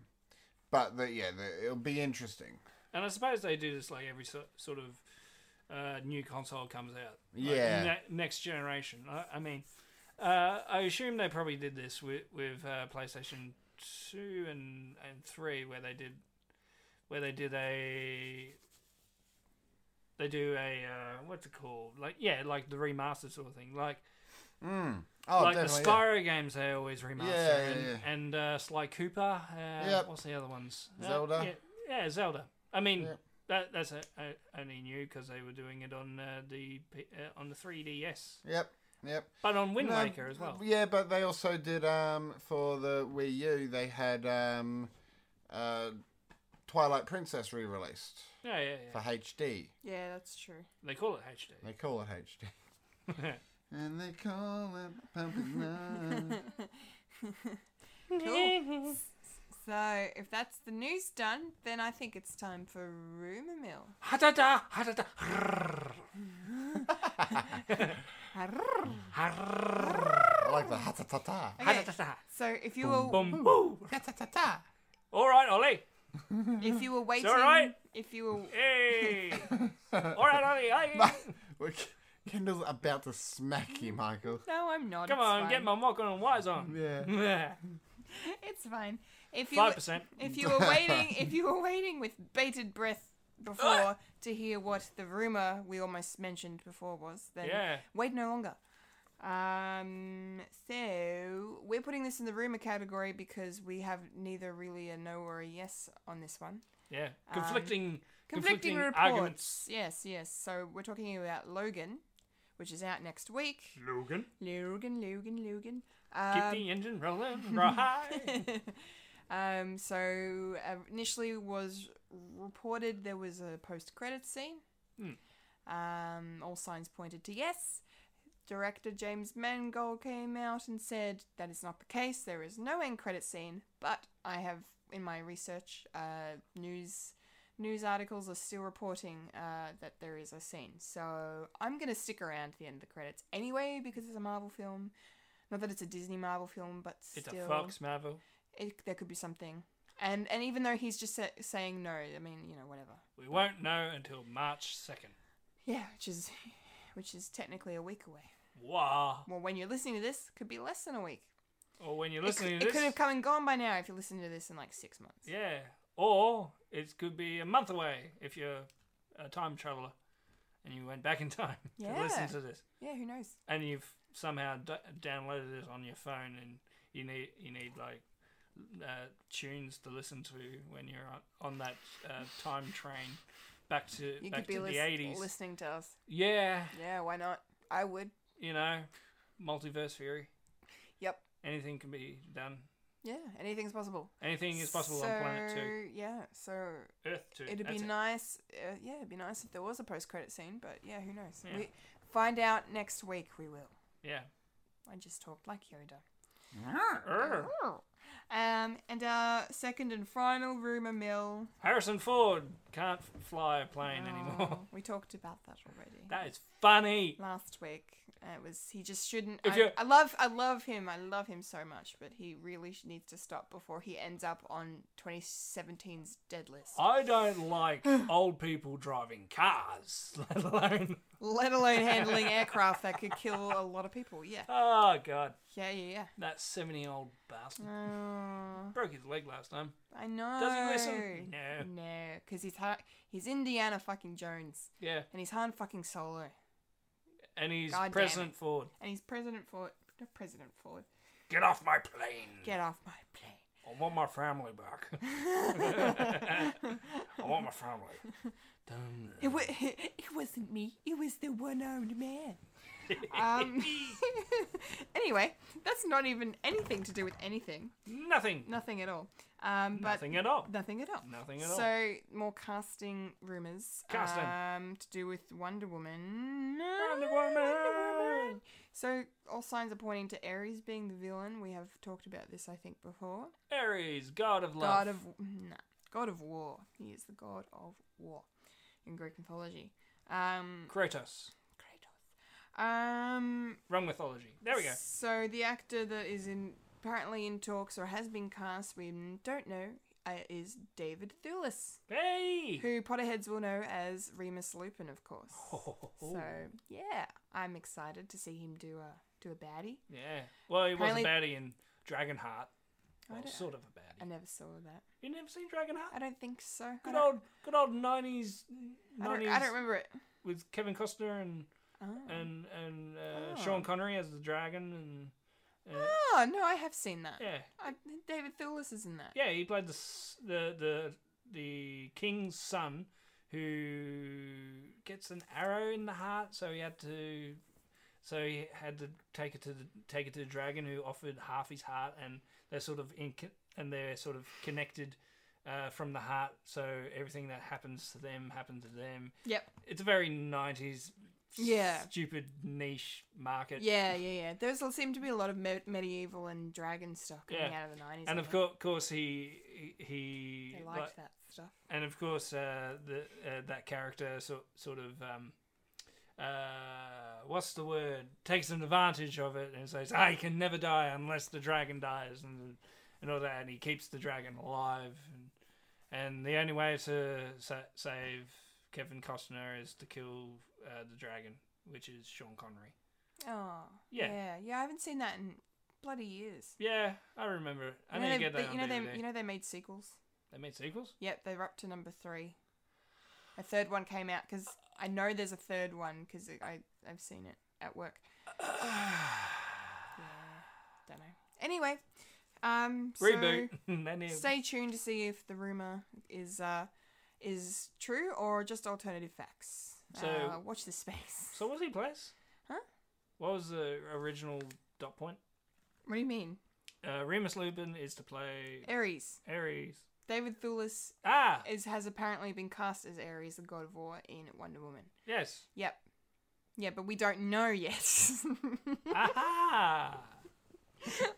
Speaker 1: but the, yeah, the, it'll be interesting.
Speaker 3: And I suppose they do this like every so- sort of uh, new console comes out. Like,
Speaker 1: Yeah.
Speaker 3: ne- next generation. I, I mean, uh, I assume they probably did this with, with uh, PlayStation 2 and, and 3 where they did where they did a They do a uh, what's it called? Like yeah, like the remastered sort of thing. Like
Speaker 1: Mm. Oh,
Speaker 3: like the
Speaker 1: definitely.
Speaker 3: Spyro games they always remaster.
Speaker 1: Yeah, yeah,
Speaker 3: and,
Speaker 1: yeah.
Speaker 3: and uh, Sly Cooper. Uh,
Speaker 1: Yep.
Speaker 3: What's the other ones? Uh,
Speaker 1: Zelda.
Speaker 3: yeah, yeah, Zelda. I mean,
Speaker 1: Yep.
Speaker 3: that that's it. I only knew because they were doing it on uh, the P- uh, on the 3DS,
Speaker 1: yeah. Yep. Yep.
Speaker 3: but on Wind
Speaker 1: No,
Speaker 3: Waker as well.
Speaker 1: Yeah, but they also did um for the Wii U. They had um uh Twilight Princess re-released
Speaker 3: Yeah, yeah,
Speaker 1: for
Speaker 3: yeah.
Speaker 1: HD.
Speaker 2: Yeah, that's true.
Speaker 3: They call it HD.
Speaker 1: They call it HD. And they call it Pumpkin Love.
Speaker 2: Cool. So, if that's the news done, then I think it's time for rumor mill.
Speaker 3: Ha da da, ha da da. Harrrr,
Speaker 2: Arrrr.
Speaker 3: harrrr,
Speaker 1: I like the ha ta ta ta.
Speaker 3: ha
Speaker 2: Okay,
Speaker 3: da da da.
Speaker 2: so if you were
Speaker 3: Boom, boo.
Speaker 1: Ha ta ta ta.
Speaker 3: All right, Ollie.
Speaker 2: if you were waiting,
Speaker 3: alright.
Speaker 2: if you were
Speaker 3: Hey. All right, Ollie. Hey.
Speaker 1: Look, Kendall's about to smack you, Michael.
Speaker 2: no, I'm not.
Speaker 3: Come
Speaker 2: it's
Speaker 3: on,
Speaker 2: fine.
Speaker 3: get my walking on wires on.
Speaker 1: Yeah.
Speaker 2: It's fine. If you
Speaker 3: Five
Speaker 2: were,
Speaker 3: percent.
Speaker 2: if you were waiting, if you were waiting with bated breath before to hear what the rumor we almost mentioned before was, then
Speaker 3: Yeah.
Speaker 2: wait no longer. Um, so we're putting this in the rumor category because we have neither really a no or a yes on this one.
Speaker 3: Yeah.
Speaker 2: um,
Speaker 3: Conflicting.
Speaker 2: conflicting,
Speaker 3: conflicting
Speaker 2: reports.
Speaker 3: arguments.
Speaker 2: Yes, yes. So we're talking about Logan, which is out next week.
Speaker 3: Logan,
Speaker 2: Logan, Logan, Logan.
Speaker 3: keep
Speaker 2: Um,
Speaker 3: the engine rolling. Right.
Speaker 2: um, so uh, initially was reported there was a post-credit scene.
Speaker 3: Hmm.
Speaker 2: Um, all signs pointed to yes. Director James Mangold came out and said that is not the case. There is no end credit scene. But I have in my research, uh, news news articles are still reporting uh, that there is a scene. So I'm gonna stick around to the end of the credits anyway because it's a Marvel film. Not that it's a Disney Marvel film, but
Speaker 3: It's
Speaker 2: still,
Speaker 3: a Fox Marvel.
Speaker 2: it, there could be something. And and even though he's just sa- saying no, I mean you know whatever.
Speaker 3: We won't know until March second.
Speaker 2: Yeah, which is which is technically a week away.
Speaker 3: Wow.
Speaker 2: Well, when you're listening to this, could be less than a week.
Speaker 3: Or when you're
Speaker 2: It c-
Speaker 3: listening
Speaker 2: it,
Speaker 3: to this.
Speaker 2: could have come and gone by now if you're listening to this in like six months.
Speaker 3: Yeah. Or it could be a month away if you're a time traveler and you went back in time to
Speaker 2: Yeah.
Speaker 3: listen to this,
Speaker 2: Yeah, who knows?
Speaker 3: and you've somehow d- downloaded it on your phone, and you need you need like uh, tunes to listen to when you're on, on that uh, time train back to
Speaker 2: You
Speaker 3: back
Speaker 2: could be
Speaker 3: to
Speaker 2: lis-
Speaker 3: the eighties.
Speaker 2: listening to us.
Speaker 3: yeah.
Speaker 2: Yeah, why not? I would.
Speaker 3: You know, multiverse theory.
Speaker 2: Yep.
Speaker 3: Anything can be done.
Speaker 2: Yeah, anything's possible.
Speaker 3: Anything is possible
Speaker 2: so,
Speaker 3: on planet two,
Speaker 2: Yeah, so
Speaker 3: Earth two.
Speaker 2: it'd
Speaker 3: That's
Speaker 2: be
Speaker 3: it.
Speaker 2: nice. Uh, yeah, it'd be nice if there was a post-credit scene, but yeah, who knows?
Speaker 3: Yeah.
Speaker 2: We find out next week. We will.
Speaker 3: Yeah.
Speaker 2: I just talked like Yoda.
Speaker 3: Err.
Speaker 2: Um, and our second and final rumor mill.
Speaker 3: Harrison Ford can't f- fly a plane anymore.
Speaker 2: Oh, we talked about that already
Speaker 3: That is funny.
Speaker 2: last week. Uh, It was he just shouldn't.
Speaker 3: If
Speaker 2: I,
Speaker 3: you're-
Speaker 2: I love I love him. I love him so much, but he really sh- needs to stop before he ends up on 2017's dead list.
Speaker 3: I don't like old people driving cars, let alone.
Speaker 2: Let alone handling aircraft that could kill a lot of people. Yeah,
Speaker 3: Oh god,
Speaker 2: yeah, yeah,
Speaker 3: that seventy-year-old bastard
Speaker 2: yeah. Oh,
Speaker 3: broke his leg last time.
Speaker 2: I know.
Speaker 3: Does he listen? No.
Speaker 2: No, because he's ha- he's Indiana fucking Jones,
Speaker 3: Yeah,
Speaker 2: and he's Han fucking Solo.
Speaker 3: and he's
Speaker 2: God damn
Speaker 3: President Ford.
Speaker 2: and he's President Ford. No, President Ford.
Speaker 3: Get off my plane.
Speaker 2: Get off my plane.
Speaker 3: I want my family back. I want my family. Dun.
Speaker 2: It, wa- it wasn't me. It was the one-armed man. um, anyway, that's not even anything to do with anything.
Speaker 3: Nothing.
Speaker 2: Nothing at all. Um, but
Speaker 3: Nothing at all.
Speaker 2: Nothing at all.
Speaker 3: Nothing at all.
Speaker 2: So more casting rumors.
Speaker 3: Casting.
Speaker 2: Um, to do with Wonder Woman.
Speaker 3: Wonder Woman.
Speaker 2: So all signs are pointing to Ares being the villain. We have talked about this, I think, before.
Speaker 3: Ares, God of love.
Speaker 2: God of nah, God of War. He is the God of War in Greek mythology. Um,
Speaker 3: Kratos.
Speaker 2: Kratos. Um,
Speaker 3: Wrong mythology. There we go.
Speaker 2: so the actor that is in apparently in talks or has been cast, we don't know, uh, is David Thewlis,
Speaker 3: Hey.
Speaker 2: who Potterheads will know as Remus Lupin, of course.
Speaker 3: Oh.
Speaker 2: So yeah, I'm excited to see him do a do a baddie.
Speaker 3: Yeah. Well, he was a
Speaker 2: Apparently-
Speaker 3: baddie in Dragonheart. Well,
Speaker 2: don't-
Speaker 3: sort of a
Speaker 2: I
Speaker 3: baddie.
Speaker 2: never saw that.
Speaker 3: You never seen Dragonheart?
Speaker 2: I don't think so. I
Speaker 3: Good
Speaker 2: don't-
Speaker 3: old, good old nineties,
Speaker 2: I don't,
Speaker 3: nineties
Speaker 2: I don't remember it.
Speaker 3: with Kevin Costner and
Speaker 2: Oh.
Speaker 3: and and uh,
Speaker 2: Oh.
Speaker 3: Sean Connery as the dragon and uh,
Speaker 2: oh no, I have seen that.
Speaker 3: yeah,
Speaker 2: I, David Thewlis is in that.
Speaker 3: yeah, he played the s- the the the king's son who gets an arrow in the heart, so he had to. So he had to take it to the, take it to the dragon, who offered half his heart, and they're sort of in and they're sort of connected uh, from the heart. So everything that happens to them happens to them.
Speaker 2: Yep.
Speaker 3: It's a very nineties,
Speaker 2: Yeah.
Speaker 3: stupid niche market.
Speaker 2: Yeah, yeah, yeah. There seemed to be a lot of me- medieval and dragon stuff coming
Speaker 3: Yeah.
Speaker 2: out of the nineties.
Speaker 3: and of course, course he he- he
Speaker 2: they
Speaker 3: like-
Speaker 2: liked that stuff.
Speaker 3: and of course uh, the uh, that character so, sort of um, uh, what's the word takes an advantage of it and says I can never die unless the dragon dies and and all that and he keeps the dragon alive and, and the only way to sa- save Kevin Costner is to kill uh, the dragon which is Sean Connery
Speaker 2: Oh,
Speaker 3: Yeah.
Speaker 2: yeah, yeah. I haven't seen that in bloody years.
Speaker 3: yeah I remember it. I
Speaker 2: You know
Speaker 3: need to
Speaker 2: they-
Speaker 3: get
Speaker 2: they-
Speaker 3: that on
Speaker 2: you know
Speaker 3: DVD
Speaker 2: they you know they made sequels.
Speaker 3: they made sequels
Speaker 2: Yep, they're up to number three. A third one came out because I know there's a third one because I I've seen it at work. Yeah, don't know. Anyway, um, so
Speaker 3: reboot they need
Speaker 2: Stay tuned to see if the rumor is uh is true or just alternative facts.
Speaker 3: So-
Speaker 2: uh, watch this space.
Speaker 3: So what does he place?
Speaker 2: Huh?
Speaker 3: What was the original dot point?
Speaker 2: What do you mean,
Speaker 3: Uh, Remus Lupin is to play
Speaker 2: Ares?
Speaker 3: Ares.
Speaker 2: David Thewlis
Speaker 3: Ah,
Speaker 2: is has apparently been cast as Ares, the god of war, in Wonder Woman.
Speaker 3: yes.
Speaker 2: Yep. Yeah, but we don't know yet.
Speaker 3: Aha!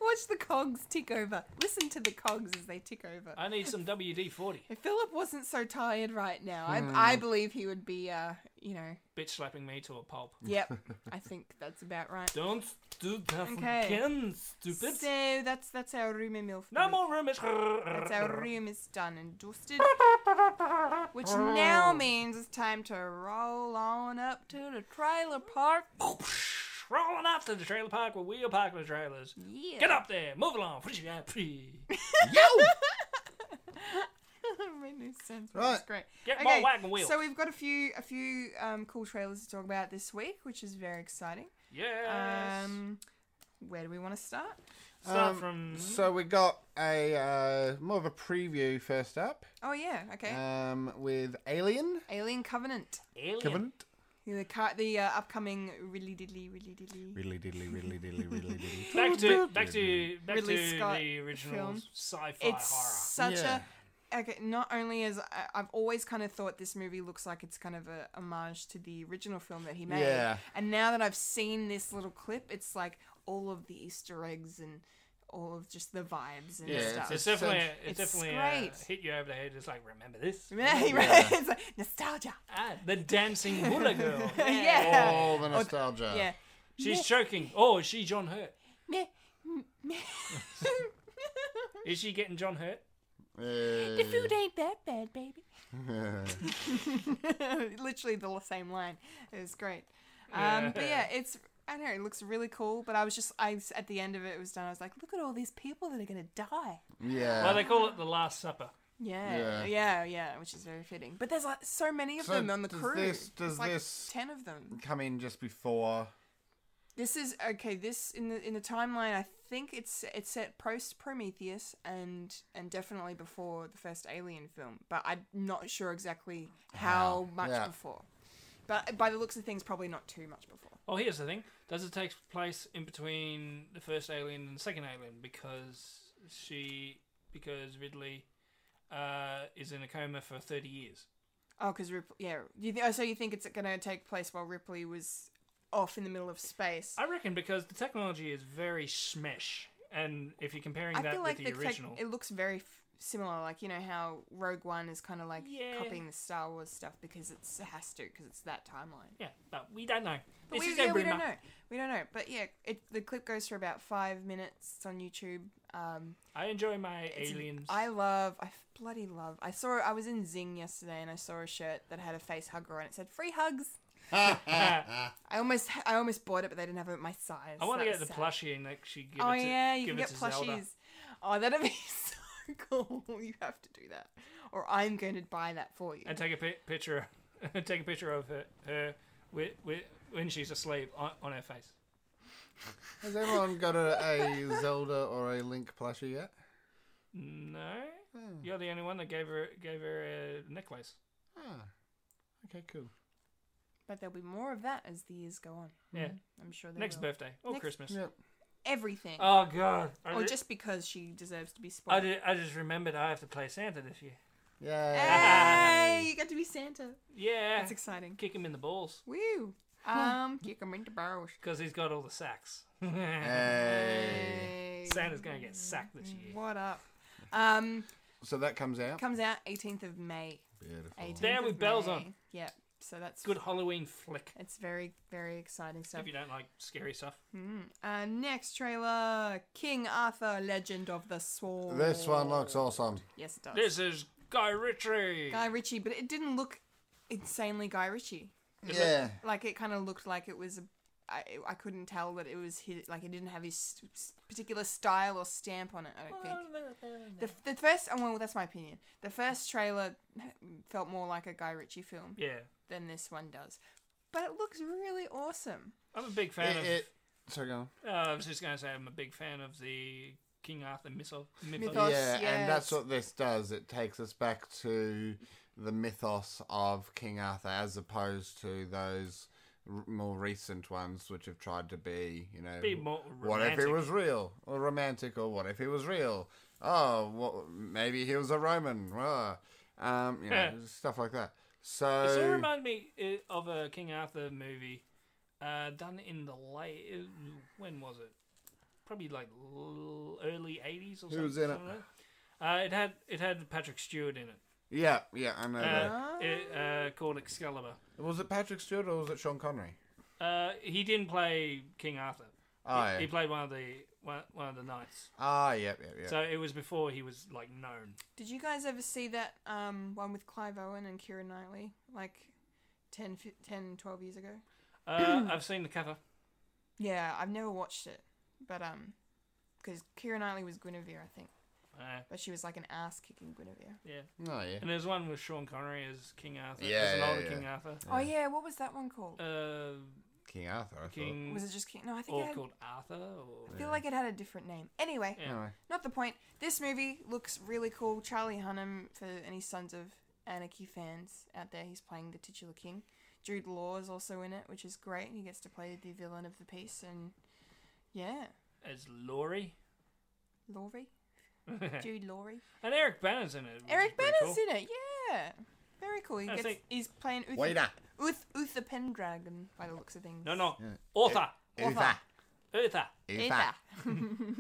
Speaker 2: Watch the cogs tick over. Listen to the cogs as they tick over.
Speaker 3: I need some WD forty.
Speaker 2: If Philip wasn't so tired right now,
Speaker 3: Hmm.
Speaker 2: I, I believe he would be, uh, you know,
Speaker 3: Bitch slapping me to a pulp.
Speaker 2: yep. I think that's about right.
Speaker 3: Don't do that
Speaker 2: Okay.
Speaker 3: again, stupid.
Speaker 2: So that's that's our rumor mill. For the
Speaker 3: no
Speaker 2: week.
Speaker 3: more room. It's
Speaker 2: That's our room is done and dusted, which now means it's time to roll on up to the trailer park.
Speaker 3: Rolling up to the trailer park where we are parking the trailers.
Speaker 2: Yeah.
Speaker 3: Get up there, move along.
Speaker 1: Yo!
Speaker 2: That made no sense. But right.
Speaker 1: Right.
Speaker 2: great.
Speaker 3: Get more wagon wheels.
Speaker 2: So we've got a few a few um, cool trailers to talk about this week, which is very exciting.
Speaker 3: yes.
Speaker 2: Um, where do we want to start?
Speaker 3: Start
Speaker 1: Um,
Speaker 3: from.
Speaker 1: So we got a uh, more of a preview first up
Speaker 2: Oh yeah, okay.
Speaker 3: Uh,
Speaker 1: um, with Alien.
Speaker 2: Alien Covenant,
Speaker 3: Alien.
Speaker 1: Covenant.
Speaker 2: the car- the uh, upcoming really diddly really diddly.
Speaker 1: Really diddly, really diddly, really diddly.
Speaker 3: Back to back to back
Speaker 2: Ridley
Speaker 3: to
Speaker 2: Scott
Speaker 3: the original
Speaker 2: film.
Speaker 3: sci-fi
Speaker 2: it's
Speaker 3: horror.
Speaker 2: such
Speaker 1: Yeah.
Speaker 2: a okay not only is I, i've always kind of thought this movie looks like it's kind of a homage to the original film that he made
Speaker 1: Yeah.
Speaker 2: and now that i've seen this little clip it's like all of the easter eggs and all of just the vibes and
Speaker 1: Yeah, it's
Speaker 2: stuff
Speaker 1: just-
Speaker 3: It's definitely
Speaker 1: It's-
Speaker 3: it's,
Speaker 2: it's
Speaker 3: definitely
Speaker 2: great.
Speaker 3: Uh, hit you over the head. It's like remember this?
Speaker 2: Right,
Speaker 1: Yeah.
Speaker 2: right. It's like nostalgia.
Speaker 3: Ah, the dancing Buddha girl.
Speaker 2: Yeah.
Speaker 1: All the nostalgia.
Speaker 2: Yeah.
Speaker 3: She's choking. Oh, is she John Hurt?
Speaker 2: Meh, meh.
Speaker 3: Is she getting John Hurt?
Speaker 2: the food ain't that bad, baby.
Speaker 1: Yeah.
Speaker 2: literally the same line. It was great. Um, But yeah,
Speaker 3: Yeah.
Speaker 2: it's I don't know. It looks really cool. But I was just I was- at the end of it, it was done. I was like, look at all these people that are gonna die.
Speaker 1: yeah.
Speaker 3: Well, they call it the Last Supper.
Speaker 2: Yeah, yeah,
Speaker 1: Yeah.
Speaker 2: yeah, which is very fitting. But there's like so many of
Speaker 1: So
Speaker 2: them on the
Speaker 1: does
Speaker 2: crew.
Speaker 1: this-
Speaker 2: There's,
Speaker 1: does
Speaker 2: like
Speaker 1: this-
Speaker 2: ten of them.
Speaker 1: Come in just before.
Speaker 2: This is okay. This in the in the timeline, I think it's it's set post Prometheus and and definitely before the first Alien film. But I'm not sure exactly how
Speaker 1: How,
Speaker 2: much
Speaker 1: yeah.
Speaker 2: before. But by the looks of things, probably not too much before.
Speaker 3: Oh, here's the thing. Does it take place in between the first Alien and the second Alien because she because Ridley uh, is in a coma for thirty years?
Speaker 2: Oh, because Ripley. Yeah. You th- oh, so you think it's going to take place while Ripley was off in the middle of space?
Speaker 3: I reckon because the technology is very smesh, and if you're comparing
Speaker 2: I
Speaker 3: that
Speaker 2: feel
Speaker 3: with
Speaker 2: like
Speaker 3: the,
Speaker 2: the tech-
Speaker 3: original,
Speaker 2: it looks very f- similar. Like you know how Rogue One is kind of like
Speaker 3: Yeah.
Speaker 2: copying the Star Wars stuff because it's, it has to because it's that timeline.
Speaker 3: yeah, but we don't know.
Speaker 2: But
Speaker 3: This
Speaker 2: we,
Speaker 3: is a
Speaker 2: yeah, we
Speaker 3: rumor.
Speaker 2: don't know. We don't know. But yeah, it, the clip goes for about five minutes. It's on YouTube. Um,
Speaker 3: I enjoy my
Speaker 2: it's-
Speaker 3: aliens.
Speaker 2: I love. I f- bloody love. I saw. I was in Zing yesterday and I saw a shirt that had a face hugger on it. It said "Free hugs."
Speaker 3: I
Speaker 2: I almost. I almost bought it, but they didn't have it at my size.
Speaker 3: want to
Speaker 2: That
Speaker 3: get
Speaker 2: was
Speaker 3: the
Speaker 2: sad.
Speaker 3: plushie and actually give
Speaker 2: oh
Speaker 3: it to
Speaker 2: yeah, you
Speaker 3: give
Speaker 2: can
Speaker 3: it
Speaker 2: get
Speaker 3: to
Speaker 2: plushies.
Speaker 3: Zelda.
Speaker 2: Oh, that'd be so cool. You have to do that, or I'm going to buy that for you.
Speaker 3: and take a pi- picture, take a picture of her, her with, with, when she's asleep on, on her face.
Speaker 1: Has anyone got a, a Zelda or a Link plushie yet?
Speaker 3: No,
Speaker 1: Hmm.
Speaker 3: you're the only one that gave her gave her a necklace.
Speaker 1: Ah, okay, cool.
Speaker 2: But there'll be more of that as the years go on.
Speaker 3: Yeah,
Speaker 2: I'm sure. Hmm. There
Speaker 3: next
Speaker 2: will.
Speaker 3: birthday or
Speaker 2: Next-
Speaker 3: Christmas.
Speaker 1: Yep.
Speaker 2: Everything.
Speaker 3: Oh god, I,
Speaker 2: or
Speaker 3: ju-
Speaker 2: just because she deserves to be
Speaker 3: I,
Speaker 2: spoiled.
Speaker 3: ju- I just remembered I have to play Santa this year.
Speaker 1: Yeah.
Speaker 2: Hey, you got to be Santa.
Speaker 3: Yeah,
Speaker 2: That's exciting.
Speaker 3: kick him in the balls
Speaker 2: Woo. Um, kick 'em into barrels.
Speaker 3: because he's got all the sacks.
Speaker 1: Hey.
Speaker 3: Santa's gonna get sacked this year.
Speaker 2: What up? Um,
Speaker 1: So that comes out.
Speaker 2: comes out 18th of May.
Speaker 1: Beautiful.
Speaker 2: 18th
Speaker 3: There
Speaker 2: of
Speaker 3: with bells
Speaker 2: May.
Speaker 3: on.
Speaker 2: Yep. So that's
Speaker 3: Good Halloween flick.
Speaker 2: It's very, very exciting stuff.
Speaker 3: If you don't like scary stuff,
Speaker 2: Mm. Uh, next trailer King Arthur, Legend of the Sword.
Speaker 1: This one looks awesome.
Speaker 2: Yes, it does.
Speaker 3: this is Guy Ritchie.
Speaker 2: Guy Ritchie, but it didn't look insanely Guy Ritchie.
Speaker 1: Yeah.
Speaker 2: Like it kind of looked like it was. A, I, I couldn't tell that it was his, like it didn't have his s- s- particular style or stamp on it. I don't think. The, the first, oh, well, that's my opinion. The first trailer felt more like a Guy Ritchie film
Speaker 3: Yeah,
Speaker 2: than this one does, but it looks really awesome.
Speaker 3: I'm a big fan
Speaker 1: It,
Speaker 3: of.
Speaker 1: it, so go on.
Speaker 3: Uh, I was just going to say I'm a big fan of the King Arthur mythos. mythos.
Speaker 2: Mythos.
Speaker 1: yeah,
Speaker 2: yes.
Speaker 1: and that's what this does. It takes us back to the mythos of King Arthur as opposed to those r- more recent ones which have tried to be, you know,
Speaker 3: Be more
Speaker 1: what if it
Speaker 3: romantic.
Speaker 1: was real or romantic or what if he was real? Oh, what, maybe he was a Roman. ah. Um, you know, stuff like that. So,
Speaker 3: It sort of reminded me uh, of a King Arthur movie uh, done in the late. uh, When was it? Probably like l- early '80s or something.
Speaker 1: Who was in it?
Speaker 3: something like that. Uh, it had it had Patrick Stewart in it.
Speaker 1: yeah, yeah, I know that.
Speaker 3: Uh, it uh, called Excalibur.
Speaker 1: Was it Patrick Stewart or was it Sean Connery?
Speaker 3: Uh, he didn't play King Arthur.
Speaker 1: Oh,
Speaker 3: he,
Speaker 1: yeah.
Speaker 3: he played one of the one, one of the knights.
Speaker 1: Ah, yep, yep, yep.
Speaker 3: So it was before he was like known.
Speaker 2: Did you guys ever see that um, one with Clive Owen and Kira Knightley, like 10, fi- 10 12 years ago?
Speaker 3: Uh, I've seen the cover.
Speaker 2: Yeah, I've never watched it, but um, because Kira Knightley was Guinevere, I think,
Speaker 3: Uh,
Speaker 2: but she was like an ass kicking Guinevere.
Speaker 3: yeah.
Speaker 1: oh, yeah.
Speaker 3: And there's one with Sean Connery as King Arthur,
Speaker 1: Yeah,
Speaker 3: as an
Speaker 1: yeah,
Speaker 3: older
Speaker 1: yeah.
Speaker 3: King Arthur.
Speaker 2: Oh yeah, what was that one called?
Speaker 3: Uh,
Speaker 1: King Arthur, I
Speaker 3: King,
Speaker 2: was it just King? No, I think
Speaker 3: or
Speaker 2: it had,
Speaker 3: Um, called Arthur, or
Speaker 2: I feel like it had a different name. Anyway,
Speaker 1: thought.
Speaker 3: Yeah.
Speaker 1: Anyway.
Speaker 2: not the point. This movie looks really cool. Charlie Hunnam, for any Sons of Anarchy fans out there, he's playing the titular king. Jude Law is also in it, which is great. He gets to play the villain of the piece, and yeah,
Speaker 3: as Laurie.
Speaker 2: Laurie,
Speaker 3: and
Speaker 2: Jude Laurie,
Speaker 3: Eric Banner's in it. which is
Speaker 2: Eric
Speaker 3: pretty
Speaker 2: Banner's
Speaker 3: cool.
Speaker 2: in it. Yeah, very cool. He
Speaker 3: I
Speaker 2: gets,
Speaker 3: think-
Speaker 2: he's playing Uther,
Speaker 1: Waiter.
Speaker 2: Uth, Uther Pendragon by the looks of things.
Speaker 3: No, no,
Speaker 1: Yeah.
Speaker 3: author,
Speaker 2: Uther.
Speaker 3: Uther.
Speaker 1: Uther.
Speaker 2: Uther.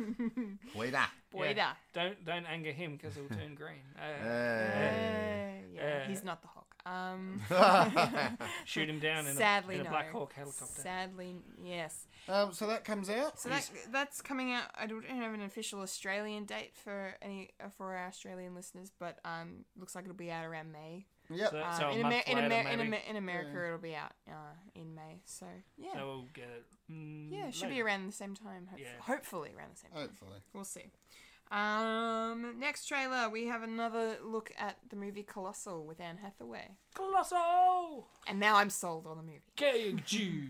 Speaker 1: Waiter.
Speaker 2: Waiter.
Speaker 3: Yeah. Don't don't anger him because he'll turn green. Uh,
Speaker 2: Uh, yeah,
Speaker 3: Uh,
Speaker 2: he's not the Hawk. Um,
Speaker 3: shoot him down in
Speaker 2: sadly
Speaker 3: a, in a
Speaker 2: no.
Speaker 3: Black Hawk helicopter.
Speaker 2: Sadly, yes.
Speaker 1: um, so that comes out.
Speaker 2: So that, that's coming out. I don't have an official Australian date for any uh, for our Australian listeners, but um, looks like it'll be out around May.
Speaker 1: Yep.
Speaker 3: So,
Speaker 2: Um,
Speaker 3: so a
Speaker 2: in,
Speaker 3: month
Speaker 2: Amer- in,
Speaker 3: later,
Speaker 2: Amer- in,
Speaker 3: maybe.
Speaker 2: Amer- in America, it'll be out uh, in May. So yeah,
Speaker 3: So we'll get it. mm,
Speaker 2: yeah, it should be
Speaker 3: later.
Speaker 2: around the same time. Hopefully,
Speaker 3: Yeah.
Speaker 2: hopefully around the same time.
Speaker 1: Hopefully.
Speaker 2: We'll see. Um, next trailer, we have another look at the movie Colossal with Anne Hathaway,
Speaker 3: Colossal.
Speaker 2: and now I'm sold on the movie.
Speaker 3: KG.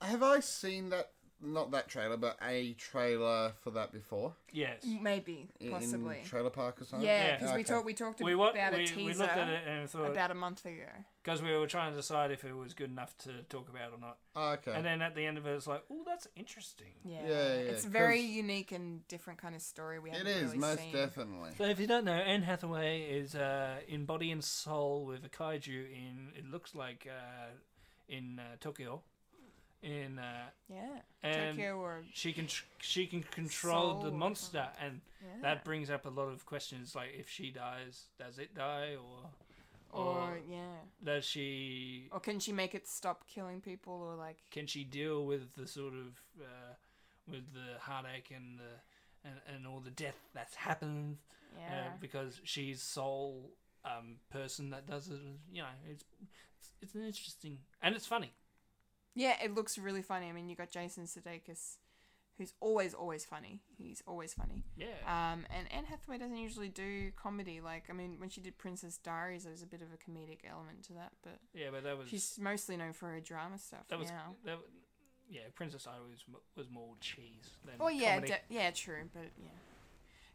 Speaker 1: Have I seen that? Not that trailer, but a trailer for that before.
Speaker 3: yes.
Speaker 2: Mm, Maybe,
Speaker 1: In
Speaker 2: possibly.
Speaker 1: Trailer Park or something.
Speaker 2: yeah,
Speaker 3: Yeah.
Speaker 2: because we
Speaker 1: Okay.
Speaker 2: talked we talked
Speaker 3: We, wa-
Speaker 2: about a
Speaker 3: we,
Speaker 2: teaser
Speaker 3: we looked at it and thought
Speaker 2: about a month ago.
Speaker 3: because we were trying to decide if it was good enough to talk about or not.
Speaker 1: Okay.
Speaker 3: And then at the end of it, it's like, oh, that's interesting.
Speaker 2: Yeah,
Speaker 1: Yeah, yeah,
Speaker 2: it's
Speaker 1: 'cause-
Speaker 2: very unique and different kind of story. We
Speaker 1: it
Speaker 2: haven't
Speaker 1: is
Speaker 2: really
Speaker 1: most
Speaker 2: seen.
Speaker 1: definitely.
Speaker 3: So if you don't know, Anne Hathaway is uh, in Body and Soul with a kaiju in. It looks like uh, in uh, Tokyo, in uh,
Speaker 2: Yeah,
Speaker 3: and
Speaker 2: Tokyo or
Speaker 3: she can tr- she can control
Speaker 2: Soul or
Speaker 3: the monster, and
Speaker 2: yeah.
Speaker 3: that brings up a lot of questions. Like if she dies, does it die, or
Speaker 2: or yeah,
Speaker 3: does she?
Speaker 2: or can she make it stop killing people or like
Speaker 3: Can she deal with the sort of uh, with the heartache and the and, and all the death that's happened
Speaker 2: yeah?
Speaker 3: uh, because she's sole um, person that does it. You know, it's, it's it's an interesting and it's funny.
Speaker 2: Yeah, it looks really funny. I mean, you got Jason Sudeikis who's always always funny. He's always funny.
Speaker 3: Yeah.
Speaker 2: Um, and Anne Hathaway doesn't usually do comedy. Like, I mean, when she did Princess Diaries, there was a bit of a comedic element to that, but
Speaker 3: yeah, but that was
Speaker 2: she's mostly known for her drama stuff
Speaker 3: that was
Speaker 2: now.
Speaker 3: that. w- Yeah, Princess Di was m- was more cheese than
Speaker 2: Oh yeah,
Speaker 3: comedy.
Speaker 2: de- yeah, true, but yeah,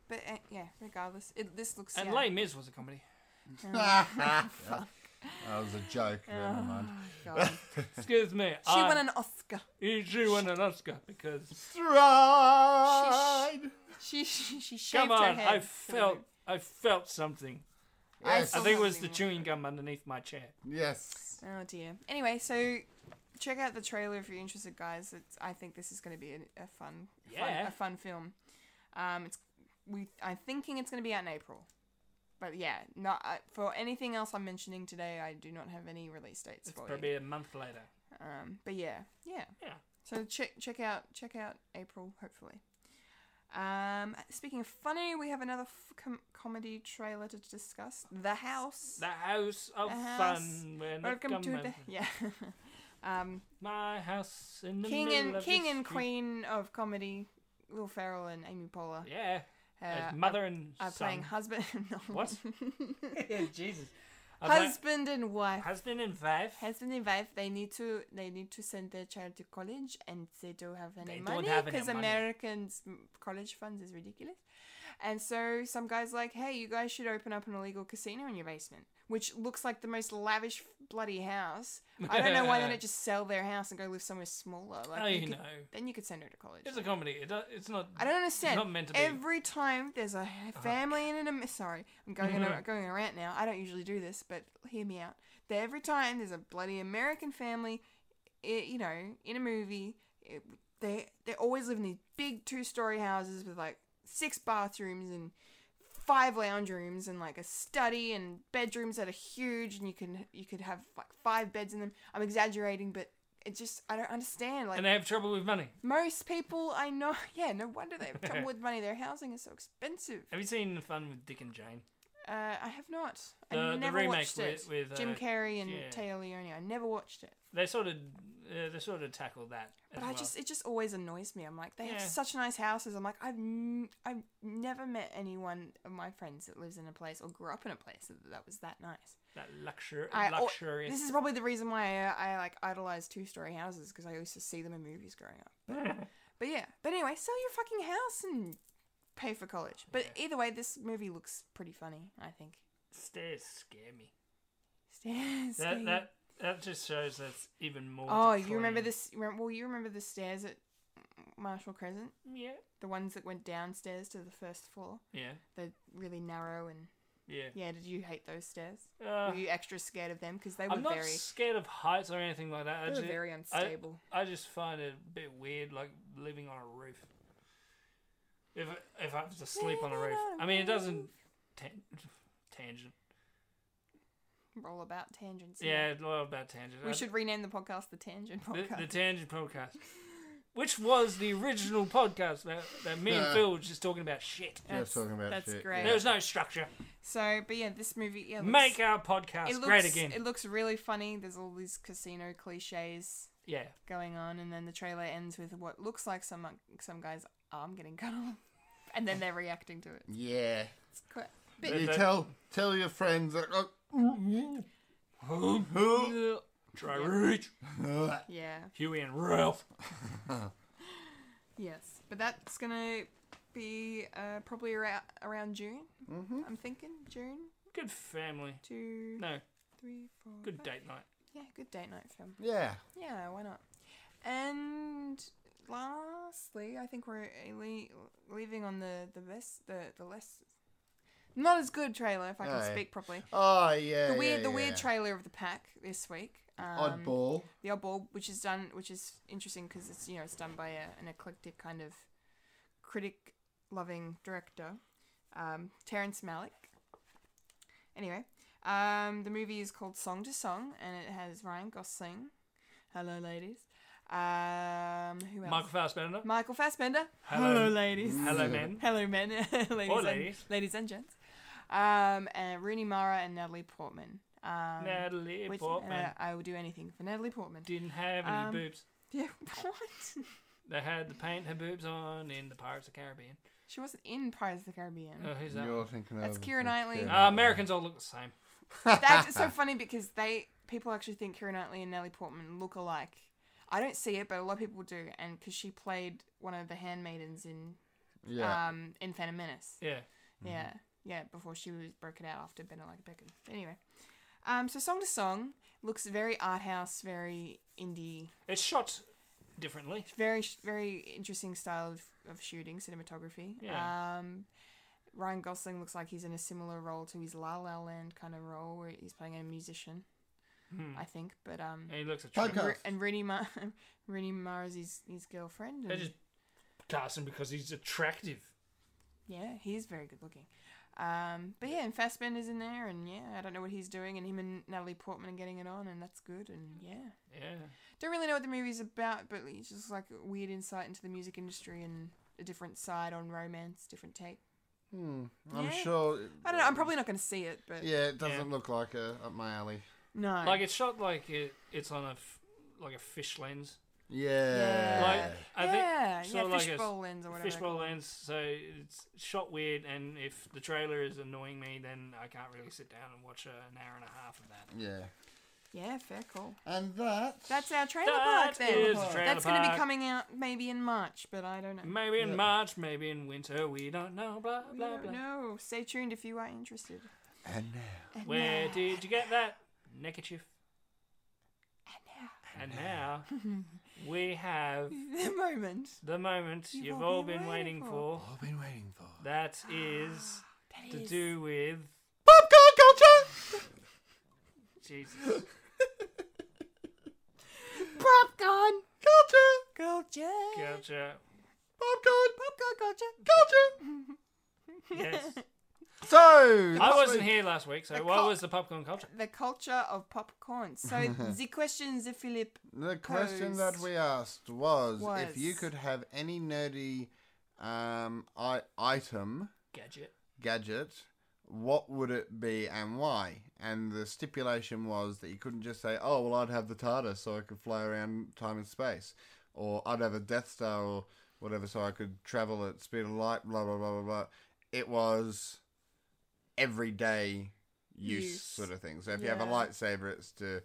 Speaker 2: but uh, yeah, regardless, it, this looks
Speaker 3: and
Speaker 2: yeah.
Speaker 3: Les Mis was a comedy.
Speaker 1: that was a joke. Never mind.
Speaker 2: Oh, God.
Speaker 3: Excuse me.
Speaker 2: She
Speaker 3: I,
Speaker 2: won an Oscar.
Speaker 3: she won an Oscar because
Speaker 1: Stride.
Speaker 2: She she, she shaved
Speaker 3: come on,
Speaker 2: her head.
Speaker 3: I felt I felt something.
Speaker 1: Yes.
Speaker 3: I think it was the
Speaker 2: Something.
Speaker 3: chewing gum underneath my chair.
Speaker 1: Yes.
Speaker 2: Oh dear. Anyway, so check out the trailer if you're interested, guys. It's, I think this is going to be a, a fun, fun,
Speaker 3: Yeah.
Speaker 2: a fun film. Um, it's we. I'm thinking it's going to be out in April, but yeah, not uh, for anything else I'm mentioning today. I do not have any release dates
Speaker 3: It's
Speaker 2: for
Speaker 3: probably a month later.
Speaker 2: you. Um, but yeah, yeah,
Speaker 3: Yeah.
Speaker 2: So check check out check out April hopefully. Um, speaking of funny, we have another f- com- comedy trailer to discuss. The House.
Speaker 3: The house of
Speaker 2: The house.
Speaker 3: fun. We're not
Speaker 2: Welcome to
Speaker 3: coming.
Speaker 2: the yeah. um,
Speaker 3: my house in the
Speaker 2: King
Speaker 3: middle
Speaker 2: and
Speaker 3: of the
Speaker 2: King and
Speaker 3: street.
Speaker 2: Queen of comedy, Will Ferrell and Amy Poehler.
Speaker 3: Yeah,
Speaker 2: uh,
Speaker 3: as mother and
Speaker 2: are, are
Speaker 3: son.
Speaker 2: playing husband. no.
Speaker 3: What? Jesus. I was like,
Speaker 2: husband and wife.
Speaker 3: husband and wife.
Speaker 2: Husband and wife. They need to. They need to send their child to college, and they don't have any
Speaker 3: They don't
Speaker 2: money
Speaker 3: have any
Speaker 2: because
Speaker 3: money.
Speaker 2: Americans' m- college funds is ridiculous. And so some guys like, hey, you guys should open up an illegal casino in your basement, which looks like the most lavish bloody house. I don't know why they don't just sell their house and go live somewhere smaller. Like
Speaker 3: I
Speaker 2: you could-
Speaker 3: Oh, know.
Speaker 2: Then you could send her to college.
Speaker 3: It's a comedy. It, do- it's not.
Speaker 2: I don't understand.
Speaker 3: not meant to be.
Speaker 2: Every time there's a h- family in an am- sorry, I'm going on
Speaker 3: Mm-hmm.
Speaker 2: a, going on a rant now. I don't usually do this, but hear me out. That Every time there's a bloody American family, i you know, in a movie, it, they they always live in these big two story houses with like six bathrooms and five lounge rooms and like a study and bedrooms that are huge and you can you could have like five beds in them. I'm exaggerating, but it just I don't understand. Like
Speaker 3: And they have trouble with money.
Speaker 2: most people I know, yeah, no wonder they have trouble with money. Their housing is so expensive.
Speaker 3: Have you seen the fun with Dick and Jane?
Speaker 2: Uh, I have not.
Speaker 3: The-
Speaker 2: I
Speaker 3: the
Speaker 2: never
Speaker 3: remake
Speaker 2: watched it.
Speaker 3: with- with,
Speaker 2: Jim
Speaker 3: uh,
Speaker 2: Carrey and
Speaker 3: yeah.
Speaker 2: Taylor Leone. I never watched it.
Speaker 3: They sort of, uh, they sort of tackle that.
Speaker 2: But
Speaker 3: as
Speaker 2: I
Speaker 3: well.
Speaker 2: just, it just always annoys me. I'm like, they
Speaker 3: Yeah.
Speaker 2: have such nice houses. I'm like, I've, n- I've never met anyone of my friends that lives in a place or grew up in a place that, that was that nice.
Speaker 3: that luxury,
Speaker 2: I al-
Speaker 3: luxurious.
Speaker 2: This is probably the reason why I, I like idolize two-story houses because I used to see them in movies growing up. But, but yeah. But anyway, sell your fucking house and pay for college. But either way, this movie looks pretty funny. I think.
Speaker 3: Stairs scare me.
Speaker 2: Stairs.
Speaker 3: That
Speaker 2: baby.
Speaker 3: that that just shows that's even more.
Speaker 2: oh, you remember
Speaker 3: Detroitian.
Speaker 2: this? you remem- Well, you remember the stairs at Marshall Crescent,
Speaker 3: Yeah.
Speaker 2: the ones that went downstairs to the first floor.
Speaker 3: Yeah.
Speaker 2: They're really narrow and
Speaker 3: Yeah.
Speaker 2: yeah. Did you hate those stairs?
Speaker 3: Uh,
Speaker 2: were you extra scared of them because they were
Speaker 3: I'm not
Speaker 2: very
Speaker 3: scared of heights or anything like that. I
Speaker 2: they were
Speaker 3: just,
Speaker 2: very
Speaker 3: I-
Speaker 2: unstable?
Speaker 3: I just find it a bit weird, like living on a roof. If if I was to sleep on a
Speaker 2: Living
Speaker 3: roof,
Speaker 2: on a
Speaker 3: I mean, it doesn't
Speaker 2: roof.
Speaker 3: tan- tangent.
Speaker 2: Roll about tangents.
Speaker 3: Yeah, a lot about tangent. I-
Speaker 2: We should rename the podcast the Tangent
Speaker 3: the,
Speaker 2: Podcast.
Speaker 3: the tangent podcast, which was the original podcast that, that me and
Speaker 1: Yeah.
Speaker 3: Phil were just talking about shit.
Speaker 1: Yeah,
Speaker 2: That's-
Speaker 1: talking about
Speaker 2: that's
Speaker 1: shit,
Speaker 2: great.
Speaker 1: yeah.
Speaker 3: There was no structure.
Speaker 2: so, but yeah, this movie yeah, looks,
Speaker 3: Make our podcast
Speaker 2: it looks,
Speaker 3: great again.
Speaker 2: It looks really funny. There's all these casino cliches
Speaker 3: yeah,
Speaker 2: going on, and then the trailer ends with what looks like some some guy's arm getting cut off, and then they're reacting to it.
Speaker 1: Yeah.
Speaker 2: It's quite,
Speaker 3: That-
Speaker 1: You
Speaker 3: that-
Speaker 1: tell tell your friends that. oh,
Speaker 3: Try Reach,
Speaker 2: yeah,
Speaker 3: Huey and Ralph.
Speaker 2: yes, but that's gonna be uh, probably around around June. Mm-hmm. I'm thinking June
Speaker 3: Good family.
Speaker 2: two,
Speaker 3: No,
Speaker 2: three, four,
Speaker 3: good
Speaker 2: five.
Speaker 3: date night.
Speaker 2: Yeah, good date night film.
Speaker 1: yeah.
Speaker 2: Yeah, why not? And lastly, I think we're le- leaving on the the best the the less not as good trailer if I can
Speaker 1: Aye.
Speaker 2: speak properly.
Speaker 1: Oh yeah.
Speaker 2: The weird
Speaker 1: yeah,
Speaker 2: the weird
Speaker 1: yeah.
Speaker 2: trailer of the pack this week. Um,
Speaker 1: Oddball.
Speaker 2: The oddball, which is done, which is interesting because it's you know it's done by a, an eclectic kind of critic loving director, um, Terrence Malick. Anyway, um, the movie is called Song to Song, and it has Ryan Gosling. Hello, ladies. Um, who else?
Speaker 3: Michael Fassbender.
Speaker 2: Michael Fassbender.
Speaker 3: Hello.
Speaker 2: ladies.
Speaker 3: Hello, men.
Speaker 2: Hello, men. ladies, and,
Speaker 3: ladies.
Speaker 2: ladies and gents. Um, and Rooney Mara and Natalie Portman. Um,
Speaker 3: Natalie
Speaker 2: which-
Speaker 3: Portman
Speaker 2: uh, I will do anything for Natalie Portman.
Speaker 3: didn't have any
Speaker 2: um,
Speaker 3: boobs.
Speaker 2: Yeah, what?
Speaker 3: They had to paint her boobs on in the Pirates of the Caribbean.
Speaker 2: She wasn't in Pirates of the Caribbean.
Speaker 3: Oh, who's that?
Speaker 1: You're thinking
Speaker 2: That's
Speaker 1: of
Speaker 2: Keira Knightley.
Speaker 1: Keira
Speaker 3: Uh, Americans all look the same.
Speaker 2: That's so funny because they people actually think Keira Knightley and Natalie Portman look alike. I don't see it, but a lot of people do, and because she played one of the handmaidens in
Speaker 1: Yeah.
Speaker 2: um in Phantom Menace.
Speaker 3: Yeah.
Speaker 2: Yeah, yeah. Before she was broken out after Benedict Beckham. But anyway, um, so song to song looks very art house, very indie,
Speaker 3: It's shot differently.
Speaker 2: very very interesting style of, of shooting cinematography.
Speaker 3: Yeah.
Speaker 2: Um, Ryan Gosling looks like he's in a similar role to his La La Land kind of role, where he's playing a musician,
Speaker 3: Hmm.
Speaker 2: I think. But um,
Speaker 3: And he looks a
Speaker 1: Podcast.
Speaker 3: trip.
Speaker 2: Ru- and Rooney Ma- Rooney Mara's his his girlfriend.
Speaker 3: They
Speaker 2: and-
Speaker 3: just cast him because he's attractive.
Speaker 2: Yeah, he is very good looking. Um, but yeah, and Fassbender's in there, and yeah, I don't know what he's doing, and him and Natalie Portman are getting it on, and that's good, and yeah.
Speaker 3: Yeah.
Speaker 2: Don't really know what the movie's about, but it's just like a weird insight into the music industry and a different side on romance, different take.
Speaker 1: Hmm. I'm
Speaker 2: Yeah.
Speaker 1: sure.
Speaker 2: I don't know, I'm probably not going to see it, but
Speaker 1: Yeah, it doesn't
Speaker 3: Yeah.
Speaker 1: look like a, up my alley.
Speaker 2: no.
Speaker 3: Like it's shot like it, it's on a f- like a fish lens.
Speaker 1: Yeah.
Speaker 3: Like I
Speaker 2: yeah,
Speaker 3: think
Speaker 2: yeah,
Speaker 3: sort of like a
Speaker 2: fishbowl lens or whatever.
Speaker 3: fishbowl lens. So it's shot weird, and if the trailer is annoying me, then I can't really sit down and watch uh, an hour and a half of that.
Speaker 1: Yeah.
Speaker 2: Yeah, fair call.
Speaker 1: And that.
Speaker 2: That's our trailer
Speaker 3: That
Speaker 2: park then.
Speaker 3: is
Speaker 1: Park.
Speaker 3: trailer
Speaker 2: That's going to be
Speaker 3: park.
Speaker 2: coming out maybe in March, but I don't know.
Speaker 3: Maybe in
Speaker 1: Yeah.
Speaker 3: March, maybe in winter. We don't know. Blah
Speaker 2: We
Speaker 3: blah
Speaker 2: don't
Speaker 3: blah.
Speaker 2: know. Stay tuned if you are interested.
Speaker 1: And now.
Speaker 2: And
Speaker 3: Where
Speaker 2: now-
Speaker 3: did you get that neckerchief?
Speaker 2: and now.
Speaker 3: And now we have
Speaker 2: the moment.
Speaker 3: the moment
Speaker 2: You've
Speaker 3: you've,
Speaker 2: all
Speaker 3: all,
Speaker 2: been
Speaker 3: been,
Speaker 2: waiting
Speaker 3: waiting for. Ah,
Speaker 1: I've been waiting for.
Speaker 3: That is
Speaker 2: That
Speaker 3: to
Speaker 2: is-
Speaker 3: do with
Speaker 1: Popcorn culture!
Speaker 3: Jesus.
Speaker 2: popcorn
Speaker 1: Culture!
Speaker 2: culture.
Speaker 3: Gotcha.
Speaker 1: Popcorn!
Speaker 2: Popcorn culture.
Speaker 1: Culture!
Speaker 3: Yes.
Speaker 1: So.
Speaker 3: I
Speaker 1: this
Speaker 3: wasn't
Speaker 1: week-
Speaker 3: here last week, so
Speaker 2: The
Speaker 3: what
Speaker 2: cul-
Speaker 3: was the popcorn culture?
Speaker 2: The culture of popcorn. So the question, the Philip.
Speaker 1: The question that
Speaker 2: Posed.
Speaker 1: we asked was,
Speaker 2: Was.
Speaker 1: if you could have any nerdy um, I- item,
Speaker 3: Gadget.
Speaker 1: gadget, what would it be and why? And the stipulation was that you couldn't just say, oh, well, I'd have the TARDIS so I could fly around time and space, or I'd have a Death Star or whatever so I could travel at speed of light, blah, blah, blah, blah, blah. It was everyday use,
Speaker 2: Use.
Speaker 1: sort of thing. So if you have a
Speaker 2: Yeah.
Speaker 1: lightsaber, it's to